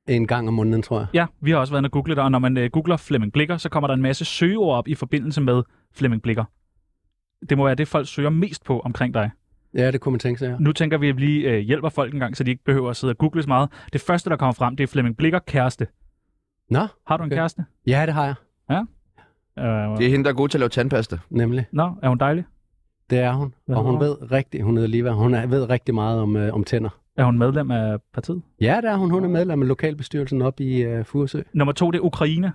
[SPEAKER 5] En gang om måneden, tror jeg.
[SPEAKER 3] Ja, vi har også været inde og google dig, og når man øh, googler Flemming Blikker, så kommer der en masse søgeord op i forbindelse med Flemming Blikker. Det må være det, folk søger mest på omkring dig.
[SPEAKER 5] Ja, det kunne man tænke sig, ja.
[SPEAKER 3] Nu tænker vi, at vi lige øh, hjælper folk en gang, så de ikke behøver at sidde og google så meget. Det første, der kommer frem, det er Flemming Blikker kæreste.
[SPEAKER 5] Nå,
[SPEAKER 3] Har du en
[SPEAKER 5] Okay.
[SPEAKER 3] kæreste?
[SPEAKER 5] ja, det har jeg,
[SPEAKER 3] Øh,
[SPEAKER 1] Det er hende, der er god til at lave tandpasta.
[SPEAKER 5] nemlig.
[SPEAKER 3] Nå, er hun dejlig?
[SPEAKER 5] Det er hun.
[SPEAKER 3] Hvad
[SPEAKER 5] og
[SPEAKER 3] hedder
[SPEAKER 5] hun
[SPEAKER 3] hun?
[SPEAKER 5] ved rigtig, hun hedder Liva, hun er, ved rigtig meget om, øh, om tænder.
[SPEAKER 3] Er hun medlem af partiet?
[SPEAKER 5] Ja, det er hun. Hun er medlem af lokalbestyrelsen op i øh, Furesø.
[SPEAKER 3] Nummer to, det er Ukraine.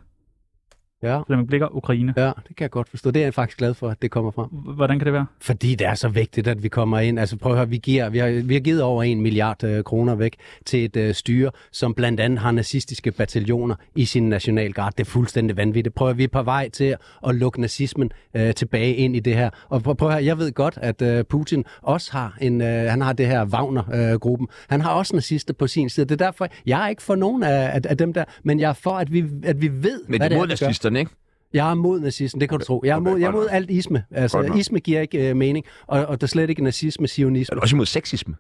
[SPEAKER 5] Ja.
[SPEAKER 3] Flemming Blikker, Ukraine.
[SPEAKER 5] Ja, det kan jeg godt forstå. Det er jeg faktisk glad for, at det kommer frem.
[SPEAKER 3] H- Hvordan kan det være?
[SPEAKER 5] Fordi det er så vigtigt, at vi kommer ind. Altså prøv at høre, vi, giver, vi, har, vi har givet over en milliard øh, kroner væk til et øh, styre, som blandt andet har nazistiske bataljoner i sin nationalgarde. Det er fuldstændig vanvittigt. Prøv at høre, vi er på vej til at lukke nazismen øh, tilbage ind i det her. Og prøv, prøv at høre, jeg ved godt, at øh, Putin også har en, øh, han har det her Wagner-gruppen. Øh, han har også nazister på sin side. Det er derfor, jeg er ikke for nogen af, af, af dem der, men jeg er for, at vi, at vi ved,
[SPEAKER 1] Men
[SPEAKER 5] hvad
[SPEAKER 1] det er mod
[SPEAKER 5] vi gør.
[SPEAKER 1] nazisterne, ikke?
[SPEAKER 5] Jeg er mod nazisten, det kan du tro. Jeg er
[SPEAKER 1] okay,
[SPEAKER 5] mod, jeg er
[SPEAKER 1] godt
[SPEAKER 5] mod alt isme.
[SPEAKER 1] Godt
[SPEAKER 5] Altså,
[SPEAKER 1] nok.
[SPEAKER 5] isme giver ikke øh, mening, og, og der er slet ikke nazisme,
[SPEAKER 1] Er
[SPEAKER 5] sionisme.
[SPEAKER 1] du også imod sexisme?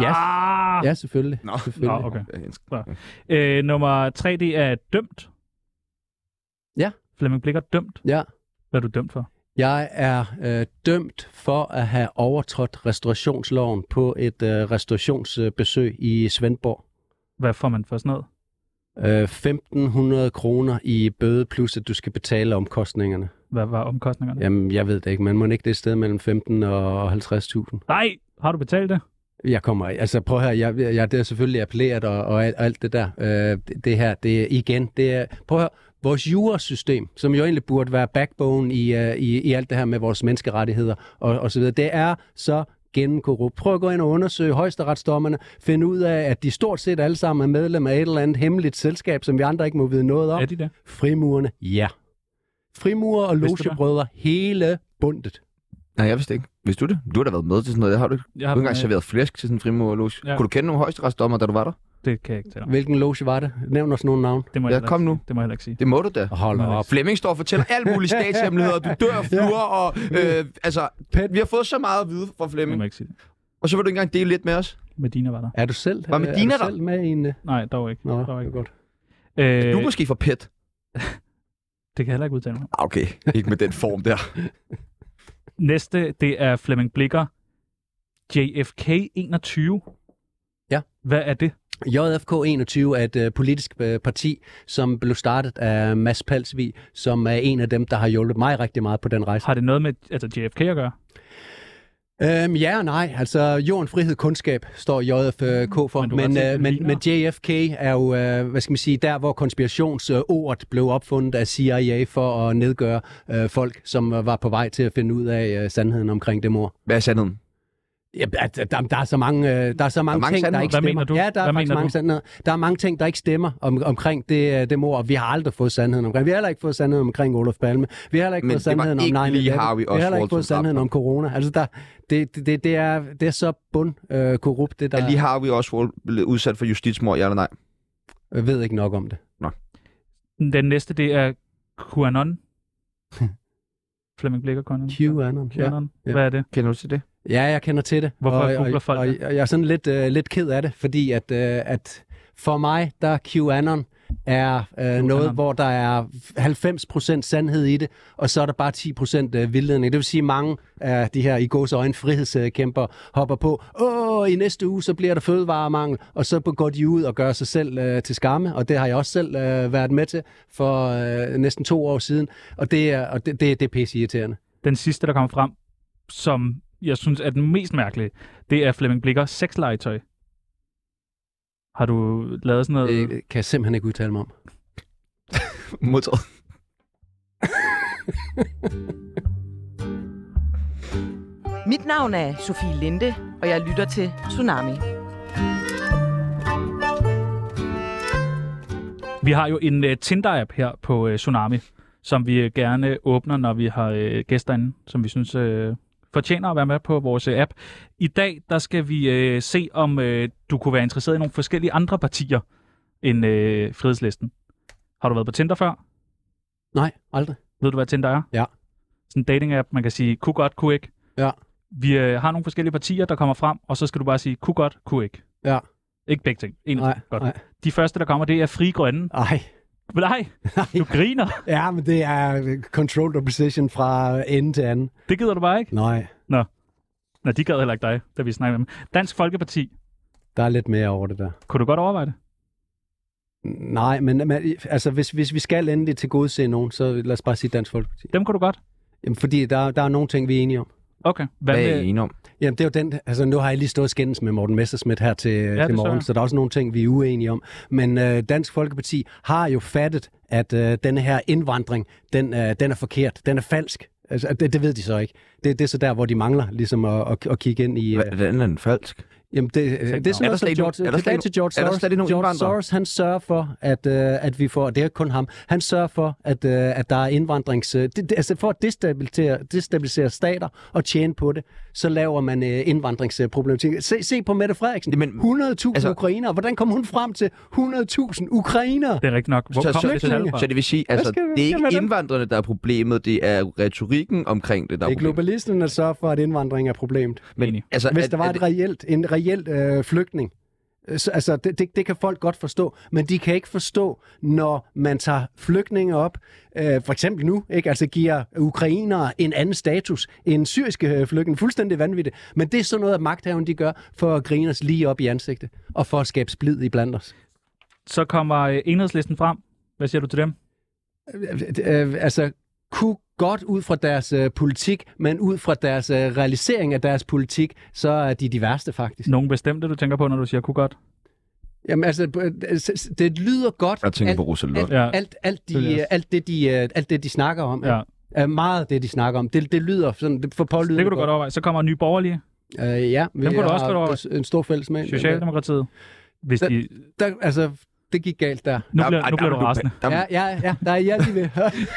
[SPEAKER 5] Ja,
[SPEAKER 3] Ah!
[SPEAKER 5] ja selvfølgelig.
[SPEAKER 1] Nå.
[SPEAKER 3] Nå,
[SPEAKER 5] selvfølgelig.
[SPEAKER 3] okay.
[SPEAKER 1] Øh,
[SPEAKER 3] Øh, nummer tre, det er dømt.
[SPEAKER 5] Ja.
[SPEAKER 3] Flemming Blikker, dømt.
[SPEAKER 5] Ja.
[SPEAKER 3] Hvad er du dømt for?
[SPEAKER 5] Jeg er øh, dømt for at have overtrådt restaurationsloven på et øh, restaurationsbesøg i Svendborg.
[SPEAKER 3] Hvad får man for sådan noget?
[SPEAKER 5] Øh, 1.500 kroner i bøde, plus at du skal betale omkostningerne.
[SPEAKER 3] Hvad var omkostningerne?
[SPEAKER 5] Jamen, jeg ved det ikke. Man må ikke det er et sted mellem 15 og 50.000.
[SPEAKER 3] Nej, har du betalt det?
[SPEAKER 5] Jeg kommer, altså prøv her, jeg, jeg, det er selvfølgelig appelleret og, og alt, alt det der. Øh, det, det her, det er igen, det er, prøv her, vores jurasystem, som jo egentlig burde være backbone i, øh, i, i alt det her med vores menneskerettigheder og, og så videre, det er så gennemkorrupt. Prøv at gå ind og undersøge højesteretsdommerne, finde ud af, at de stort set alle sammen er medlem af et eller andet hemmeligt selskab, som vi andre ikke må vide noget om.
[SPEAKER 3] Er de det?
[SPEAKER 5] Frimurerne, ja. Frimurer og
[SPEAKER 3] Vidste du det?
[SPEAKER 5] logebrødre, hele bundet.
[SPEAKER 1] Nej, jeg vidste ikke. Vidste du det? Du har da været med til sådan noget. Har du ikke
[SPEAKER 3] Jeg
[SPEAKER 1] du har ikke engang
[SPEAKER 3] øh,
[SPEAKER 1] serveret flæsk til sådan en frimurerloge?
[SPEAKER 3] Ja.
[SPEAKER 1] Ja. Kunne du kende nogle højesteretsdommer, da du var der?
[SPEAKER 3] Det kan jeg ikke tale om.
[SPEAKER 5] Hvilken loge var det? Nævn os nogle navn.
[SPEAKER 3] Det må jeg
[SPEAKER 1] Ja,
[SPEAKER 3] heller
[SPEAKER 1] kom
[SPEAKER 3] ikke
[SPEAKER 1] nu.
[SPEAKER 3] sige. Det må jeg heller ikke sige.
[SPEAKER 1] Det må du da.
[SPEAKER 5] Hold
[SPEAKER 3] Nej.
[SPEAKER 5] op.
[SPEAKER 1] Flemming står og fortæller alle mulige statshemmeligheder, du dør af fluer, og øh, altså,
[SPEAKER 5] Pet.
[SPEAKER 1] vi har fået så meget at vide fra
[SPEAKER 3] Det må
[SPEAKER 1] Flemming.
[SPEAKER 3] jeg ikke sige.
[SPEAKER 1] Og så vil du ikke engang dele lidt med os?
[SPEAKER 3] Medina var der.
[SPEAKER 5] Er du selv?
[SPEAKER 1] Var Medina
[SPEAKER 5] er du
[SPEAKER 1] der?
[SPEAKER 5] selv med i en... øh,
[SPEAKER 3] Nej, dog ikke.
[SPEAKER 5] Nå, det
[SPEAKER 3] dog
[SPEAKER 5] var
[SPEAKER 3] ikke.
[SPEAKER 5] godt.
[SPEAKER 3] Øh,
[SPEAKER 1] Er du måske for pet?
[SPEAKER 3] Det kan jeg heller ikke udtale mig. om.
[SPEAKER 1] Ah, Okay, ikke med den form der.
[SPEAKER 3] Næste, det er Flemming Blikker. JFK 21.
[SPEAKER 5] Ja.
[SPEAKER 3] Hvad er det?
[SPEAKER 5] JFK 21 er et øh, politisk øh, parti, som blev startet af Mads Palsvig, som er en af dem, der har hjulpet mig rigtig meget på den rejse.
[SPEAKER 3] Har det noget med altså JFK at gøre?
[SPEAKER 5] Øhm, ja og nej. Altså, jorden, frihed, kundskab står JFK for.
[SPEAKER 3] Mm.
[SPEAKER 5] Men,
[SPEAKER 3] Men du kan godt se,
[SPEAKER 5] men,
[SPEAKER 3] at
[SPEAKER 5] øh,
[SPEAKER 3] det
[SPEAKER 5] men,
[SPEAKER 3] ligner.
[SPEAKER 5] men JFK er jo, øh, hvad skal man sige, der hvor konspirationsordet blev opfundet af CIA for at nedgøre øh, folk, som øh, var på vej til at finde ud af øh, sandheden omkring det mor.
[SPEAKER 1] Hvad er sandheden?
[SPEAKER 5] Ja, der, der, der er så mange, øh, der er så mange,
[SPEAKER 1] mange
[SPEAKER 5] ting, der
[SPEAKER 1] sandheder.
[SPEAKER 5] ikke
[SPEAKER 3] Hvad
[SPEAKER 5] stemmer.
[SPEAKER 3] mener du?
[SPEAKER 5] Ja, der er
[SPEAKER 3] Hvad
[SPEAKER 5] faktisk
[SPEAKER 3] mener
[SPEAKER 5] mange
[SPEAKER 3] du?
[SPEAKER 5] sandheder. Der er mange ting, der ikke stemmer om, omkring det, øh, det mor, og vi har aldrig fået sandheden omkring. Vi har heller ikke fået sandheden omkring Olof Palme. Vi har heller ikke
[SPEAKER 1] Men
[SPEAKER 5] fået
[SPEAKER 1] det var
[SPEAKER 5] sandheden om 9-11.
[SPEAKER 1] ikke lige Harvey
[SPEAKER 5] vi har heller
[SPEAKER 1] Oswald,
[SPEAKER 5] ikke fået
[SPEAKER 1] som
[SPEAKER 5] sandheden
[SPEAKER 1] dræbte
[SPEAKER 5] om
[SPEAKER 1] ham.
[SPEAKER 5] corona. Altså, der, det, det- det, det, er, det er så bund øh, korrupt, det der...
[SPEAKER 1] Ja. Lige har vi også blevet udsat for justitsmord, ja eller nej?
[SPEAKER 5] Jeg ved ikke nok om det.
[SPEAKER 3] Den næste, det er QAnon. Flemming Blikker QAnon.
[SPEAKER 5] QAnon. Ja.
[SPEAKER 3] QAnon.
[SPEAKER 5] ja.
[SPEAKER 3] Hvad er det?
[SPEAKER 1] Kender du til det?
[SPEAKER 5] ja, jeg kender til det.
[SPEAKER 3] Hvorfor
[SPEAKER 5] og,
[SPEAKER 3] googler
[SPEAKER 5] og,
[SPEAKER 3] folk
[SPEAKER 5] og,
[SPEAKER 3] det?
[SPEAKER 5] og jeg er sådan lidt, øh, lidt ked af det, fordi at, øh, at for mig, der er QAnon er øh, noget, hvor der er 90% sandhed i det, og så er der bare 10% øh, vildledning. Det vil sige, at mange af de her i gods øjne frihedskæmper hopper på, åh, i næste uge, så bliver der fødevaremangel, og så går de ud og gør sig selv øh, til skamme, og det har jeg også selv øh, været med til for øh, næsten to år siden, og det er, og det, det, det er pisse irriterende.
[SPEAKER 3] Den sidste, der kom frem, som jeg synes er den mest mærkelige, det er Flemming Blikker sexlegetøj. Har du lavet sådan noget?
[SPEAKER 5] Det kan jeg simpelthen ikke udtale mig om.
[SPEAKER 1] Modtaget.
[SPEAKER 4] Mit navn er Sofie Linde, og jeg lytter til Tsunami.
[SPEAKER 3] Vi har jo en uh, Tinder-app her på uh, Tsunami, som vi øh, gerne åbner, når vi har uh, gæster inde, som vi synes uh, fortjener at være med på vores uh, app. I dag der skal vi uh, se, om uh, du kunne være interesseret i nogle forskellige andre partier end uh, Frihedslisten. Har du været på Tinder før?
[SPEAKER 5] Nej, aldrig.
[SPEAKER 3] Ved du, hvad Tinder er?
[SPEAKER 5] Ja.
[SPEAKER 3] Sådan en dating-app, man kan sige, kunne godt, kunne ikke.
[SPEAKER 5] Ja.
[SPEAKER 3] Vi øh, har nogle forskellige partier, der kommer frem, og så skal du bare sige, kunne godt, kunne ikke.
[SPEAKER 5] Ja.
[SPEAKER 3] Ikke begge ting. En af
[SPEAKER 5] Nej,
[SPEAKER 3] tingene. godt.
[SPEAKER 5] nej.
[SPEAKER 3] De første, der kommer, det er Fri Grønne.
[SPEAKER 5] Ej.
[SPEAKER 3] Nej, du griner.
[SPEAKER 5] Ja, men det er øh, controlled opposition fra ende til anden.
[SPEAKER 3] Det gider du bare ikke.
[SPEAKER 5] Nej,
[SPEAKER 3] Nå, de gad heller ikke dig, da vi snakkede med dem. Dansk Folkeparti.
[SPEAKER 5] der er lidt mere over det der.
[SPEAKER 3] Kunne du godt overveje det?
[SPEAKER 5] Nej, men men, altså, hvis, hvis vi skal endelig til gode se nogen, så lad os bare sige Dansk Folkeparti.
[SPEAKER 3] Dem kunne du godt.
[SPEAKER 5] Jamen, fordi der, der er nogle ting, vi er enige om.
[SPEAKER 3] Okay. Hvad
[SPEAKER 1] Hvad er I
[SPEAKER 3] med,
[SPEAKER 1] enige om?
[SPEAKER 5] Jamen, det er jo den, altså nu har jeg lige stået og skændes med Morten Messersmith her til, ja,
[SPEAKER 3] det
[SPEAKER 5] til
[SPEAKER 3] så
[SPEAKER 5] morgen,
[SPEAKER 3] jeg.
[SPEAKER 5] så, der er også nogle ting, vi er uenige om. Men øh, Dansk Folkeparti har jo fattet, at øh, denne her indvandring, den, øh, den er forkert, den er falsk. Altså, det, det ved de så ikke. Det, det er så der, hvor de mangler ligesom at, at, at kigge ind i... Øh,
[SPEAKER 1] Hvordan er den falsk?
[SPEAKER 5] Jamen, det, øh, det er
[SPEAKER 1] Er der
[SPEAKER 5] sådan noget,
[SPEAKER 1] slet
[SPEAKER 5] som
[SPEAKER 1] ikke nogen-
[SPEAKER 5] George,
[SPEAKER 1] er der slet
[SPEAKER 5] tilbage
[SPEAKER 1] ikke
[SPEAKER 5] til George
[SPEAKER 1] nogen- er der
[SPEAKER 5] Soros.
[SPEAKER 1] slet ikke nogen
[SPEAKER 5] George
[SPEAKER 1] indvandrere?
[SPEAKER 5] Soros, han sørger for, at, øh, at vi får, og det er ikke kun ham, han sørger for, at, øh, at der er indvandrings... Øh, det, det, altså for at destabilisere, destabilisere stater og tjene på det, så laver man øh, indvandringsproblematik. Se, se på Mette Frederiksen.
[SPEAKER 1] Jamen,
[SPEAKER 5] 100.000
[SPEAKER 1] altså-
[SPEAKER 5] altså, ukrainere. Hvordan kom hun frem til 100.000 ukrainere?
[SPEAKER 3] det er rigtigt nok. Hvor
[SPEAKER 1] Så-
[SPEAKER 3] kom
[SPEAKER 1] så-
[SPEAKER 3] det til
[SPEAKER 5] flygtninge.
[SPEAKER 1] Så det vil sige, altså,
[SPEAKER 5] skal vi-
[SPEAKER 1] det er
[SPEAKER 5] Jamen,
[SPEAKER 1] ikke
[SPEAKER 5] dem-
[SPEAKER 1] indvandrerne, der er problemet, det er retorikken omkring det, der er
[SPEAKER 5] Det er
[SPEAKER 1] problemet.
[SPEAKER 5] globalisterne, der sørger for, at indvandring er problemet.
[SPEAKER 1] Men, altså,
[SPEAKER 5] Hvis
[SPEAKER 1] at-
[SPEAKER 5] der var
[SPEAKER 1] at-
[SPEAKER 5] et reelt, en reelt øh, flygtning, øh, så, altså, det, det, det kan folk godt forstå, men de kan ikke forstå, når man tager flygtninge op, øh, for eksempel nu, ikke? altså giver ukrainere en anden status end syriske øh, flygtninge. Fuldstændig vanvittigt. Men det er sådan noget, at magthaven de gør for at grine os lige op i ansigtet, og for at skabe splid i blandt os.
[SPEAKER 3] Så kommer øh, enhedslisten frem. Hvad siger du til dem?
[SPEAKER 5] Øh, øh, altså, kunne godt ud fra deres øh, politik, men ud fra deres øh, realisering af deres politik, så er de de værste faktisk.
[SPEAKER 3] Nogen bestemte, du tænker på, når du siger, kunne godt?
[SPEAKER 5] Jamen altså, øh, altså, det lyder godt.
[SPEAKER 1] Jeg tænker
[SPEAKER 5] alt,
[SPEAKER 1] på Rosa Lund.
[SPEAKER 5] alt,
[SPEAKER 3] Ja.
[SPEAKER 5] ja. alt, alt,
[SPEAKER 3] Det vil jeg
[SPEAKER 5] de, alt, det, de, øh, alt det, de snakker om.
[SPEAKER 3] Ja.
[SPEAKER 5] Ja. Er meget af det, de snakker om. Det, det lyder sådan, det for pålydende.
[SPEAKER 3] Det kunne du godt overveje. Så kommer Nye Borgerlige,
[SPEAKER 5] Øh, ja, vi
[SPEAKER 3] Dem kunne du også
[SPEAKER 5] har
[SPEAKER 3] godt overveje.
[SPEAKER 5] En stor fælles med.
[SPEAKER 3] Socialdemokratiet. Hvis
[SPEAKER 5] Den-
[SPEAKER 3] de...
[SPEAKER 5] Der, altså, det gik galt der.
[SPEAKER 3] Nu
[SPEAKER 1] Der-
[SPEAKER 3] bliver,
[SPEAKER 1] ej,
[SPEAKER 3] nu
[SPEAKER 1] der
[SPEAKER 3] bliver du
[SPEAKER 1] vil pa-
[SPEAKER 3] rasende.
[SPEAKER 1] der-
[SPEAKER 5] Ja, ja, ja. Nej, jeg er lige ved.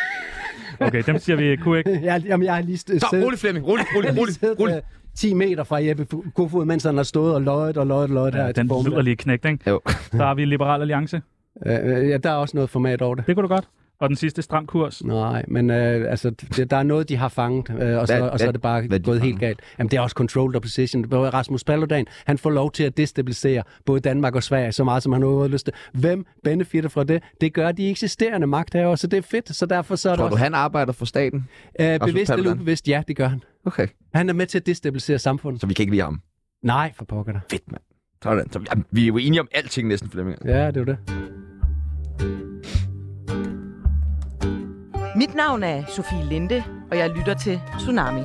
[SPEAKER 3] Okay, dem siger vi kunne ikke.
[SPEAKER 5] jeg, jamen, jeg har lige st-
[SPEAKER 1] Stop,
[SPEAKER 5] siddet-
[SPEAKER 1] rolig Flemming, rolig, rolig,
[SPEAKER 5] jeg har lige
[SPEAKER 1] rolig,
[SPEAKER 5] siddet,
[SPEAKER 1] rolig.
[SPEAKER 5] øh, 10 meter fra Jeppe Fu- Kofod, mens han har stået og løjet og løjet og løjet her.
[SPEAKER 3] Ja,
[SPEAKER 5] til
[SPEAKER 3] den
[SPEAKER 5] formiddag.
[SPEAKER 3] lyder lige knægt, ikke?
[SPEAKER 1] Jo.
[SPEAKER 3] Der har vi Liberal Alliance.
[SPEAKER 5] Øh, ja, øh, der er også noget format over det.
[SPEAKER 3] Det kunne du godt. Og den sidste stram kurs.
[SPEAKER 5] Nej, men øh, altså, det, der er noget, de har fanget, øh, og, så,
[SPEAKER 3] Hvad-
[SPEAKER 5] og så er det bare
[SPEAKER 3] hvad- hvad
[SPEAKER 5] gået
[SPEAKER 3] de
[SPEAKER 5] helt galt. Jamen, det er også controlled opposition. Hvor Rasmus Paludan, han får lov til at destabilisere både Danmark og Sverige så meget, som han overhovedet har lyst til. Hvem benefitter fra det? Det gør de eksisterende magthavere, så det er fedt. Så derfor så er
[SPEAKER 1] Tror
[SPEAKER 5] det
[SPEAKER 1] du,
[SPEAKER 5] også...
[SPEAKER 1] han arbejder for staten?
[SPEAKER 5] Øh,
[SPEAKER 1] Rasmus
[SPEAKER 5] bevidst eller
[SPEAKER 1] Paludan?
[SPEAKER 5] ubevidst, ja, det gør han.
[SPEAKER 1] Okay.
[SPEAKER 5] Han er med til at destabilisere samfundet.
[SPEAKER 1] Så vi kan ikke lide ham?
[SPEAKER 5] Nej, for pokker da.
[SPEAKER 1] Fedt, mand. Sådan. Så, vi- jamen, vi er jo enige om alting næsten, Flemming.
[SPEAKER 5] Ja, det er jo det.
[SPEAKER 4] Mit navn er Sofie Linde, og jeg lytter til Tsunami.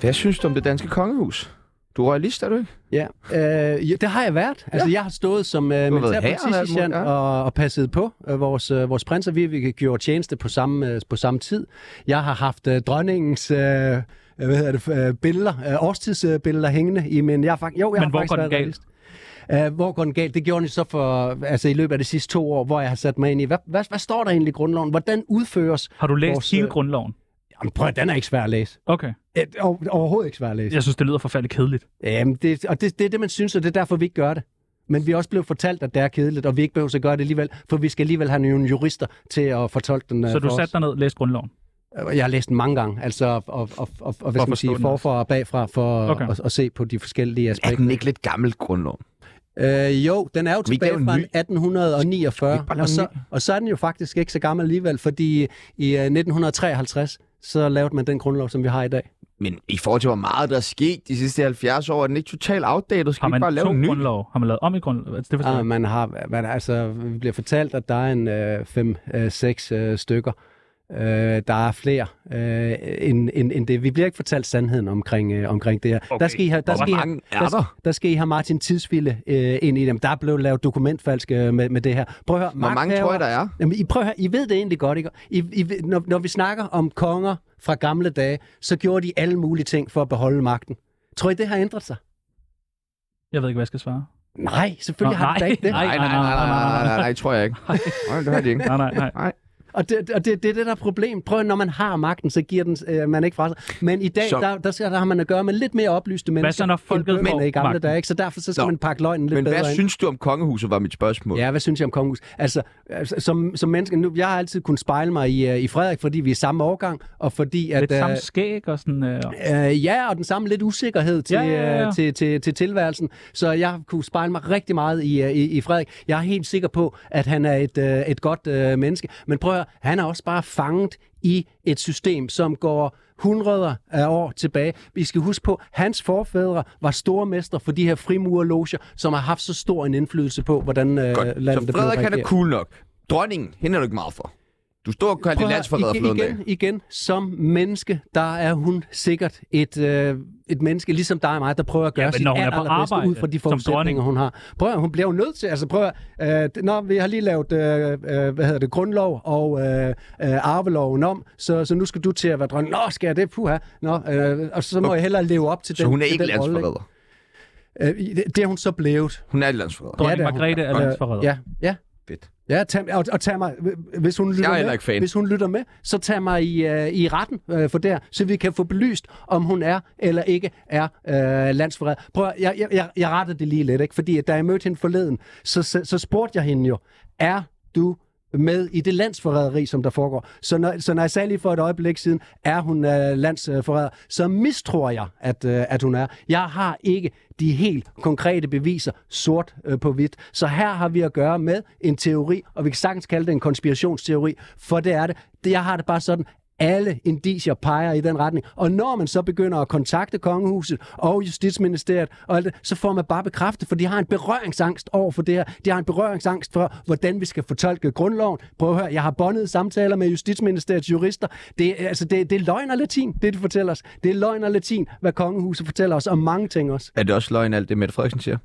[SPEAKER 1] Hvad synes du om det danske kongehus? Du er royalist, er du ikke?
[SPEAKER 5] Ja, øh, ja, det har jeg været. Altså, ja. jeg har stået som øh,
[SPEAKER 1] været i
[SPEAKER 5] militær
[SPEAKER 1] hæren og alt muligt,
[SPEAKER 5] politisergent
[SPEAKER 1] ja.
[SPEAKER 5] og, og passet på øh, vores, øh, vores prinser. Vi, vi gjorde tjeneste på samme, øh, på samme tid. Jeg har haft øh, dronningens... Øh, øh, hvad hedder det, øh, billeder, øh, årstidsbilleder hængende i min... Jeg har fakt, jo, jeg
[SPEAKER 3] Men
[SPEAKER 5] har
[SPEAKER 3] hvor
[SPEAKER 5] faktisk
[SPEAKER 3] går
[SPEAKER 5] været
[SPEAKER 3] den galt?
[SPEAKER 5] realist. Øh, hvor går den galt? Det gjorde den så for, altså i løbet af de sidste to år, hvor jeg har sat mig ind i, hvad, hvad, hvad står der egentlig i grundloven? Hvordan udføres
[SPEAKER 3] Har du læst
[SPEAKER 5] vores,
[SPEAKER 3] hele
[SPEAKER 5] øh,
[SPEAKER 3] grundloven?
[SPEAKER 5] Jamen prøv, at- den er ikke svær at læse.
[SPEAKER 3] Okay.
[SPEAKER 5] Øh, over- overhovedet ikke svær at læse.
[SPEAKER 3] Jeg synes, det lyder forfærdeligt kedeligt.
[SPEAKER 5] Jamen, det, og det, det er det, man synes, og det er derfor, vi ikke gør det. Men vi er også blevet fortalt, at det er kedeligt, og vi ikke behøver at gøre det alligevel, for vi skal alligevel have nogle jurister til at fortolke den øh,
[SPEAKER 3] Så du
[SPEAKER 5] for
[SPEAKER 3] satte dig ned og læste grundloven?
[SPEAKER 5] os. Jeg har læst den mange gange, altså, og, og, og, og hvad
[SPEAKER 3] For
[SPEAKER 5] skal man
[SPEAKER 3] at forstå
[SPEAKER 5] sige,
[SPEAKER 3] den
[SPEAKER 5] forfra og bagfra, for
[SPEAKER 3] Okay.
[SPEAKER 5] okay. at, at se på de forskellige
[SPEAKER 1] Er
[SPEAKER 5] aspekter.
[SPEAKER 1] den ikke lidt gammel grundlov?
[SPEAKER 5] Øh, jo, den er jo
[SPEAKER 1] vi ikke
[SPEAKER 5] tilbage
[SPEAKER 1] lave en
[SPEAKER 5] fra
[SPEAKER 1] ny?
[SPEAKER 5] 1849,
[SPEAKER 1] bare lave
[SPEAKER 5] og
[SPEAKER 1] en
[SPEAKER 5] så,
[SPEAKER 1] ny?
[SPEAKER 5] og så er den jo faktisk ikke så gammel alligevel, fordi i øh, 1953, så lavede man den grundlov, som vi har i dag.
[SPEAKER 1] Men i forhold til, hvor meget der er sket de sidste 70 år, er den ikke totalt outdated? Skal vi
[SPEAKER 3] Har
[SPEAKER 1] ikke
[SPEAKER 3] man
[SPEAKER 1] bare lave
[SPEAKER 3] to
[SPEAKER 1] en ny?
[SPEAKER 3] grundlov? Har man lavet om i grundloven? Altså, det forstår jeg
[SPEAKER 5] Ah,
[SPEAKER 3] ikke.
[SPEAKER 5] man har, man, altså, vi bliver fortalt, at der er en 5-6 øh, fem, øh, seks, øh, stykker. Øh, der er flere øh, end, end, end det. Vi bliver ikke fortalt sandheden omkring, øh, omkring det her. Okay. Der skal I have, der
[SPEAKER 1] Hvor
[SPEAKER 5] skal I have,
[SPEAKER 1] mange er
[SPEAKER 5] der,
[SPEAKER 1] der?
[SPEAKER 5] der skal I have Martin Tidsville øh, ind i dem. Der er blevet lavet dokumentfalsk øh, med, med det her. Prøv at høre,
[SPEAKER 1] Hvor mange
[SPEAKER 5] magthavere-
[SPEAKER 1] tror jeg, der er?
[SPEAKER 5] Jamen, I, prøv at høre, I ved det egentlig godt, ikke? I, I, ved- når, når vi snakker om konger fra gamle dage, så gjorde de alle mulige ting for at beholde magten. Tror I, det har ændret sig?
[SPEAKER 3] Jeg ved ikke, hvad jeg skal svare.
[SPEAKER 5] Nej, selvfølgelig
[SPEAKER 3] Nå,
[SPEAKER 5] har det da
[SPEAKER 3] nej,
[SPEAKER 5] ikke det.
[SPEAKER 1] Nej, nej, nej, nej, nej, nej, nej, tror jeg ikke. Nej, det har de ikke.
[SPEAKER 3] Nej, nej, nej.
[SPEAKER 1] Nej.
[SPEAKER 5] Og det, og det, det er det, der er problem. Prøv at, når man har magten, så giver den, øh, man ikke fra sig. Men i dag,
[SPEAKER 1] Så-
[SPEAKER 5] så... der, der, skal, der har man at gøre med lidt mere oplyste mennesker.
[SPEAKER 3] så, når folket
[SPEAKER 5] end bønderne
[SPEAKER 3] får
[SPEAKER 5] i gamle
[SPEAKER 3] magten?
[SPEAKER 5] dage, ikke? Så derfor så skal
[SPEAKER 1] Nå.
[SPEAKER 5] Nå. man pakke løgnen lidt
[SPEAKER 1] Men
[SPEAKER 5] bedre
[SPEAKER 1] hvad
[SPEAKER 5] ind.
[SPEAKER 1] synes du om kongehuset, var mit spørgsmål?
[SPEAKER 5] Ja, hvad synes jeg om kongehus? Altså, altså, som, som menneske, nu, jeg har altid kunnet spejle mig i, øh, i Frederik, fordi vi er samme årgang, og fordi at...
[SPEAKER 3] Lidt samme
[SPEAKER 5] øh,
[SPEAKER 3] skæg og sådan... Øh,
[SPEAKER 5] Øh, ja, og den samme lidt usikkerhed til,
[SPEAKER 3] Ja,
[SPEAKER 5] ja,
[SPEAKER 3] ja,
[SPEAKER 5] ja,
[SPEAKER 3] ja.
[SPEAKER 5] til, til, til tilværelsen. Så jeg kunne spejle mig rigtig meget i, øh, i, i Frederik. Jeg er helt sikker på, at han er et, øh, et godt øh, menneske. Men prøv at høre, han er også bare fanget i et system, som går hundreder af år tilbage. Vi skal huske på, hans forfædre var stormester for de her frimurerloger, som har haft så stor en indflydelse på, hvordan øh,
[SPEAKER 1] Godt.
[SPEAKER 5] landet
[SPEAKER 1] Så Frederik,
[SPEAKER 5] blev
[SPEAKER 1] han er
[SPEAKER 5] regeret.
[SPEAKER 1] cool nok. Dronningen, hende er du ikke meget for. Du står og kalder
[SPEAKER 5] Prøv
[SPEAKER 1] din
[SPEAKER 5] at høre,
[SPEAKER 1] landsforræder
[SPEAKER 5] igen-
[SPEAKER 1] forleden dag.
[SPEAKER 5] igen, igen, som menneske, der er hun sikkert et, øh, et menneske, ligesom dig og mig, der prøver at gøre
[SPEAKER 3] Ja,
[SPEAKER 5] ja,
[SPEAKER 3] men
[SPEAKER 5] sit
[SPEAKER 3] når hun er på
[SPEAKER 5] allerbedste
[SPEAKER 3] arbejde
[SPEAKER 5] ud fra de
[SPEAKER 3] som dronning.
[SPEAKER 5] forudsætninger, hun har. Prøv at, høre, hun bliver jo nødt til, altså prøv at, høre, øh, det- når vi har lige lavet, øh, øh, hvad hedder det, grundlov og øh, øh, arveloven om, så, så nu skal du til at være dronning. Nå, skal jeg det? Puha. Nå, øh, og så må jeg hellere leve op til
[SPEAKER 1] Så
[SPEAKER 5] den
[SPEAKER 1] hun er
[SPEAKER 5] til
[SPEAKER 1] ikke
[SPEAKER 5] den rolle,
[SPEAKER 1] landsforræder.
[SPEAKER 5] ikke? Øh, det, det er hun så blevet.
[SPEAKER 1] Hun er landsforræder.
[SPEAKER 3] dronning
[SPEAKER 5] det er hun.
[SPEAKER 3] Margrethe er
[SPEAKER 5] Øh,
[SPEAKER 3] landsforræder.
[SPEAKER 5] Ja, ja.
[SPEAKER 1] Fedt.
[SPEAKER 5] Ja, tag, og, og tag mig, hvis hun,
[SPEAKER 1] er
[SPEAKER 5] lytter
[SPEAKER 1] heller
[SPEAKER 5] med,
[SPEAKER 1] ikke fan.
[SPEAKER 5] hvis hun lytter med, så tag mig i, øh, i retten øh, for der, så vi kan få belyst, om hun er eller ikke er øh, landsforræder. Prøv at, jeg, jeg- jeg, jeg rettede det lige lidt, ikke? fordi at da jeg mødte hende forleden, så, så, så spurgte jeg hende jo, er du med i det landsforræderi, som der foregår. Så når, så når jeg sagde lige for et øjeblik siden, er hun øh, landsforræder, så mistror jeg, at, øh, at hun er. Jeg har ikke de helt konkrete beviser sort øh, på hvidt. Så her har vi at gøre med en teori, og vi kan sagtens kalde det en konspirationsteori, for det er det. det jeg har det bare sådan, alle indicier peger i den retning. Og når man så begynder at kontakte kongehuset og justitsministeriet og alt det, så får man bare bekræftet, for de har en berøringsangst over for det her. De har en berøringsangst for, hvordan vi skal fortolke grundloven. Prøv at høre, jeg har bondet samtaler med justitsministeriets jurister. Det, er- altså, det, det er løgn og latin, det de fortæller os. Det er løgn og latin, hvad kongehuset fortæller os om mange ting også.
[SPEAKER 1] Er det også løgn, alt det Mette Frederiksen siger?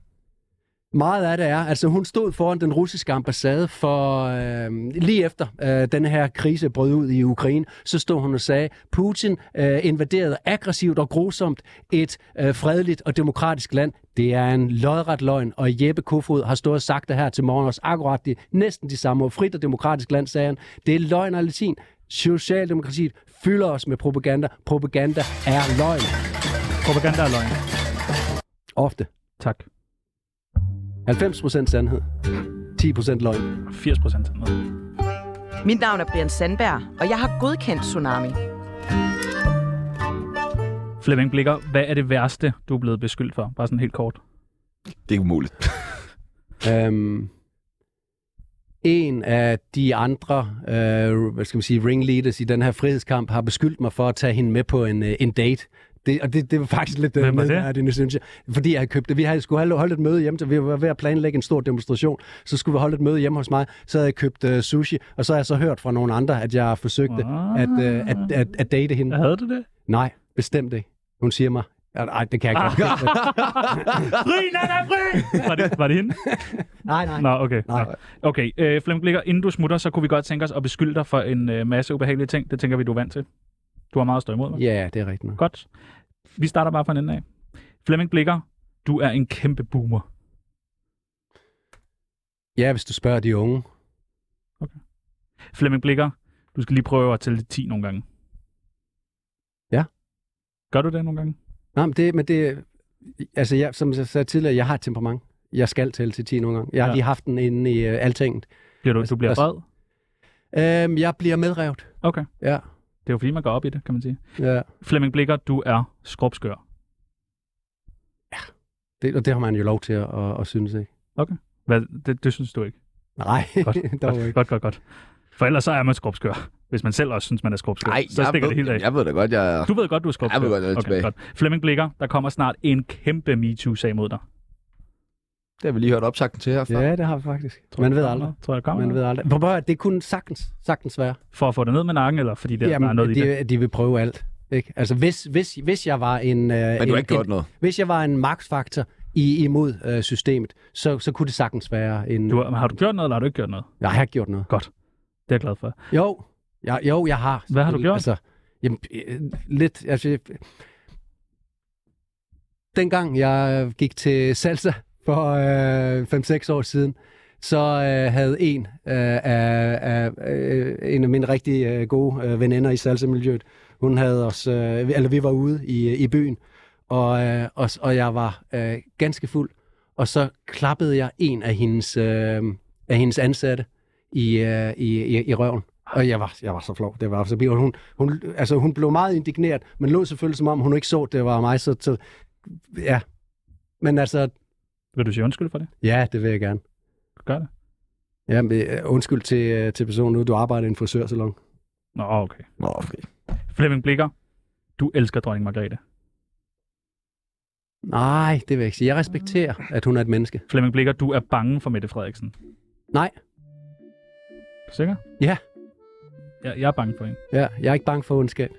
[SPEAKER 5] Meget af det er, altså hun stod foran den russiske ambassade for øh, lige efter øh, den her krise brød ud i Ukraine, så stod hun og sagde, Putin øh, invaderede aggressivt og grusomt et øh, fredeligt og demokratisk land. Det er en lodret løgn, og Jeppe Kofod har stået og sagt det her til morgen også akkurat det, næsten de samme ord. Frit og demokratisk land, sagde han. Det er løgn og latin. Socialdemokratiet fylder os med propaganda. Propaganda er løgn.
[SPEAKER 3] Propaganda er løgn.
[SPEAKER 5] Ofte.
[SPEAKER 3] Tak.
[SPEAKER 5] 90% sandhed. 10% løgn.
[SPEAKER 3] 80% sådan noget.
[SPEAKER 4] Mit navn er Brian Sandberg, og jeg har godkendt Tsunami.
[SPEAKER 3] Flemming Blikker, hvad er det værste, du er blevet beskyldt for? Bare sådan helt kort.
[SPEAKER 1] Det er ikke umuligt.
[SPEAKER 5] Øhm, en af de andre, øh, hvad skal man sige, ringleaders i den her frihedskamp, har beskyldt mig for at tage hende med på en, øh, en date. Det, og det, det var faktisk lidt øh,
[SPEAKER 3] Hvem var det?
[SPEAKER 5] nedværdigende, synes jeg. Fordi jeg havde købt det. Vi havde, skulle have holdt et møde hjemme, så vi var ved at planlægge en stor demonstration. Så skulle vi holde et møde hjemme hos mig. Så havde jeg købt øh, sushi, og så har jeg så hørt fra nogle andre, at jeg forsøgte
[SPEAKER 3] Ah.
[SPEAKER 5] at, øh, at, at, at date hende.
[SPEAKER 3] Havde du det?
[SPEAKER 5] Nej, bestemt ikke. Hun siger mig, at- ej, det kan jeg ikke. godt.
[SPEAKER 3] Bryn, han er bryn! Var det, var det hende?
[SPEAKER 5] nej, nej.
[SPEAKER 3] Nå, okay. Nå. Okay, øh, Flemming Blikker, inden du smutter, så kunne vi godt tænke os at beskylde dig for en øh, masse ubehagelige ting. Det tænker vi, du er vant til. Du har meget at stå imod, hva'?
[SPEAKER 5] Ja, det er rigtigt. nok.
[SPEAKER 3] Godt. Vi starter bare fra en ende af. Flemming Blikker, du er en kæmpe boomer.
[SPEAKER 5] Ja, hvis du spørger de unge.
[SPEAKER 3] Flemming Blikker, du skal lige prøve at tælle til 10 nogle gange.
[SPEAKER 5] Ja.
[SPEAKER 3] Gør du det nogle gange?
[SPEAKER 5] Nej, men det, men det altså jeg, som jeg sagde tidligere, jeg har et temperament. Jeg skal tælle til 10 nogle gange. Jeg har
[SPEAKER 3] Ja.
[SPEAKER 5] ja. lige haft den inde i uh, altinget.
[SPEAKER 3] Bliver du, du bliver
[SPEAKER 5] altså-
[SPEAKER 3] vred?
[SPEAKER 5] Øhm, jeg bliver medrevet.
[SPEAKER 3] Okay.
[SPEAKER 5] Ja,
[SPEAKER 3] Det er jo fordi, man går op i det, kan man sige.
[SPEAKER 5] ja.
[SPEAKER 3] Flemming Blikker, du er skrubskør.
[SPEAKER 5] Det, og det har man jo lov til at, at, at synes, ikke?
[SPEAKER 3] Hvad, det, det synes du ikke?
[SPEAKER 5] Nej,
[SPEAKER 3] Godt,
[SPEAKER 5] dog
[SPEAKER 3] godt,
[SPEAKER 5] ikke.
[SPEAKER 3] godt, godt, godt. For ellers så er man skrubskør. Hvis man selv også synes, man er skrubskør,
[SPEAKER 1] Nej,
[SPEAKER 3] så
[SPEAKER 1] jeg,
[SPEAKER 3] stikker det helt af.
[SPEAKER 1] ved, jeg ved da godt, jeg er...
[SPEAKER 3] Du ved godt, du er skrubskør.
[SPEAKER 1] Jeg ved godt, jeg er tilbage.
[SPEAKER 3] Flemming Blikker, der kommer snart en kæmpe MeToo-sag mod dig.
[SPEAKER 1] Det har vi lige hørt opsagten til herfra.
[SPEAKER 5] Ja, det har vi faktisk. man
[SPEAKER 3] jeg,
[SPEAKER 5] ved
[SPEAKER 3] der
[SPEAKER 5] aldrig.
[SPEAKER 3] kommer- Tror jeg, der kommer
[SPEAKER 5] Man
[SPEAKER 3] noget.
[SPEAKER 5] ved aldrig. Prøv, prøv, at- det kunne sagtens, sagtens være.
[SPEAKER 3] For at få det ned med nakken, eller fordi det, Jamen, der er noget
[SPEAKER 5] de,
[SPEAKER 3] i det?
[SPEAKER 5] de vil prøve alt. Ikke? Altså, hvis, hvis, hvis jeg var en... Øh,
[SPEAKER 1] Men du
[SPEAKER 5] en,
[SPEAKER 1] har ikke gjort
[SPEAKER 5] en,
[SPEAKER 1] noget.
[SPEAKER 5] Hvis jeg var en magtfaktor i, imod øh, systemet, så, så kunne det sagtens være en...
[SPEAKER 3] Du, har- har du gjort noget, eller har du ikke gjort noget?
[SPEAKER 5] Jeg har gjort noget.
[SPEAKER 3] Det er jeg glad for.
[SPEAKER 5] Jo, ja, jo, jeg har.
[SPEAKER 3] Hvad har du gjort?
[SPEAKER 5] Altså, jamen, øh, lidt, altså, jeg- dengang jeg gik til salsa for øh, 5-6 år siden, så øh, havde en øh, af, af, øh, en af mine rigtig øh, gode øh, veninder i salsa-miljøet, hun havde os, øh, vi- eller vi var ude i, i byen, og, øh, og, og jeg var øh, ganske fuld, og så klappede jeg en af hendes, øh, af hendes ansatte i, øh, i, i, i røven. Og jeg var, jeg var så flov. Det var så og hun, hun, altså, hun blev meget indigneret, men lå selvfølgelig som om, hun ikke så, det var mig. Så, så ja. Men altså,
[SPEAKER 3] Vil du sige undskyld for det?
[SPEAKER 5] ja, det vil jeg gerne.
[SPEAKER 3] Gør det.
[SPEAKER 5] Ja, men, øh, undskyld til, øh, til personen nu, du arbejder i en frisørsalon.
[SPEAKER 3] Nå, ah, okay.
[SPEAKER 1] Nå, okay.
[SPEAKER 3] Flemming Blikker, du elsker dronning Margrethe.
[SPEAKER 5] Nej, det vil jeg ikke sige. Jeg respekterer, at hun er et menneske.
[SPEAKER 3] Flemming Blikker, du er bange for Mette Frederiksen.
[SPEAKER 5] Nej.
[SPEAKER 3] Er du sikker?
[SPEAKER 5] Ja.
[SPEAKER 3] Jeg, jeg er bange for hende.
[SPEAKER 5] Ja, jeg er ikke bange for ondskab.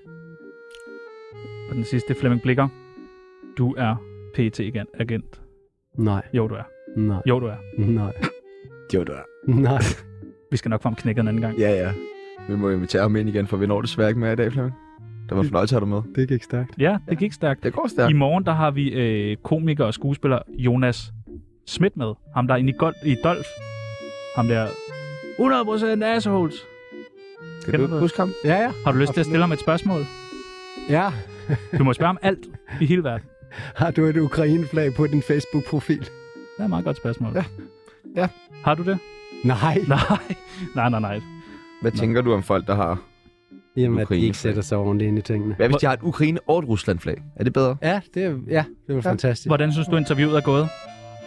[SPEAKER 3] Og den sidste, Flemming Blikker, du er PET-agent.
[SPEAKER 5] Nej,
[SPEAKER 3] Jo, du er.
[SPEAKER 5] nej,
[SPEAKER 3] Jo, du er.
[SPEAKER 5] nej,
[SPEAKER 1] Jo, du er.
[SPEAKER 5] nej.
[SPEAKER 3] Vi skal nok få ham knækket en anden gang.
[SPEAKER 1] Ja, ja. Vi må invitere ham ind igen, for vi når desværre ikke med i dag, Flemming. Det var en fornøjelse at have dig med.
[SPEAKER 5] Det gik stærkt.
[SPEAKER 3] Ja, det gik stærkt.
[SPEAKER 1] Det går
[SPEAKER 3] I
[SPEAKER 1] stærkt.
[SPEAKER 3] morgen, der har vi øh, komiker og skuespiller Jonas Schmidt med. Ham, der er inde i, Gold, i Dolf. Ham der 100% assholes.
[SPEAKER 1] Kan du
[SPEAKER 3] Kender du-
[SPEAKER 1] huske ham?
[SPEAKER 5] Ja, ja.
[SPEAKER 3] Har du lyst til at stille ham et spørgsmål?
[SPEAKER 5] Ja.
[SPEAKER 3] Du må spørge ham alt i hele verden.
[SPEAKER 5] Har du et ukraineflag på din Facebook-profil?
[SPEAKER 3] Det er et meget godt spørgsmål.
[SPEAKER 1] Ja. Ja.
[SPEAKER 3] Har du det?
[SPEAKER 5] Nej.
[SPEAKER 3] Nej. Nej, nej, nej.
[SPEAKER 1] Hvad
[SPEAKER 3] Nå.
[SPEAKER 1] tænker du om folk, der har...
[SPEAKER 5] Jamen, at de
[SPEAKER 1] Ukraineflag.
[SPEAKER 5] ikke sætter sig ordentligt ind i tingene.
[SPEAKER 1] Hvad hvis de har et Ukraine- og et Rusland-flag? Er det bedre?
[SPEAKER 5] Ja, det, er- ja, det var
[SPEAKER 1] Ja.
[SPEAKER 5] fantastisk.
[SPEAKER 3] Hvordan synes du, interviewet er gået?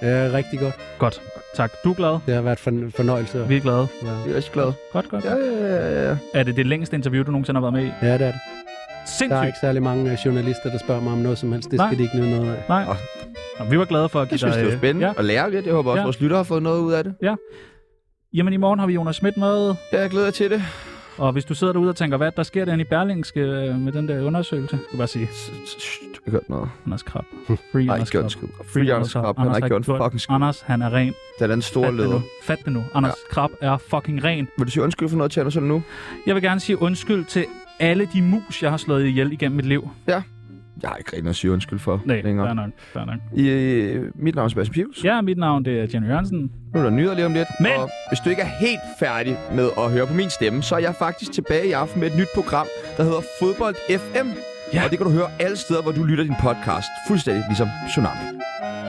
[SPEAKER 5] Ja, rigtig godt.
[SPEAKER 3] Godt. Tak. Du er glad.
[SPEAKER 5] Det har været en fornøjelse. at
[SPEAKER 3] Vi er glade.
[SPEAKER 5] være-
[SPEAKER 1] Jeg er også glad.
[SPEAKER 3] Godt, godt.
[SPEAKER 1] Ja, ja, ja, ja.
[SPEAKER 3] Er det det længste interview, du nogensinde har været med i?
[SPEAKER 5] Ja, det er det. Der er
[SPEAKER 3] Sindssygt.
[SPEAKER 5] ikke særlig mange øh, journalister, der spørger mig om noget som helst. Det
[SPEAKER 3] Nej.
[SPEAKER 5] skal de ikke nyde noget af.
[SPEAKER 3] Nej. Nå, vi var glade for at give
[SPEAKER 1] Jeg synes,
[SPEAKER 3] dig...
[SPEAKER 1] det var
[SPEAKER 3] øh,
[SPEAKER 1] spændende
[SPEAKER 3] Ja.
[SPEAKER 1] og lærerigt. Jeg håber også,
[SPEAKER 3] Ja.
[SPEAKER 1] vores lyttere har fået noget ud af det.
[SPEAKER 3] Jamen, i morgen har vi Jonas Schmidt med.
[SPEAKER 1] Ja, jeg glæder til det.
[SPEAKER 3] Og hvis du sidder derude og tænker, hvad der sker derinde i Berlingske øh, med den der undersøgelse, skal du bare sige,
[SPEAKER 1] S- s- s- Du har ikke hørt noget.
[SPEAKER 3] Anders Krab. Free
[SPEAKER 1] Nej,
[SPEAKER 3] Anders
[SPEAKER 1] ikke gjort en
[SPEAKER 3] Krab.
[SPEAKER 1] skid. Free Anders Krab. Han har ikke gjort en fucking skid.
[SPEAKER 3] Anders, han er ren.
[SPEAKER 1] Det er den store
[SPEAKER 3] Fat det
[SPEAKER 1] leder.
[SPEAKER 3] nu. Fat det nu. Anders ja. Krab er fucking ren.
[SPEAKER 1] Vil du sige undskyld for noget til Andersen nu?
[SPEAKER 3] Jeg vil gerne sige undskyld til alle de mus, jeg har slået ihjel igennem mit liv.
[SPEAKER 1] Jeg har ikke rigtig noget at sige undskyld for
[SPEAKER 3] Nej, fair
[SPEAKER 1] længere.
[SPEAKER 3] nok, fair nok.
[SPEAKER 1] I, øh, mit navn er Sebastian Pius.
[SPEAKER 3] Ja, mit navn det er Jenny Jørgensen.
[SPEAKER 1] Nu er der nyheder lige om lidt.
[SPEAKER 3] Men-
[SPEAKER 1] Og hvis du ikke er helt færdig med at høre på min stemme, så er jeg faktisk tilbage i aften med et nyt program, der hedder Fodbold FM.
[SPEAKER 3] Ja.
[SPEAKER 1] Og det kan du høre alle steder, hvor du lytter din podcast. Fuldstændig ligesom Tsunami.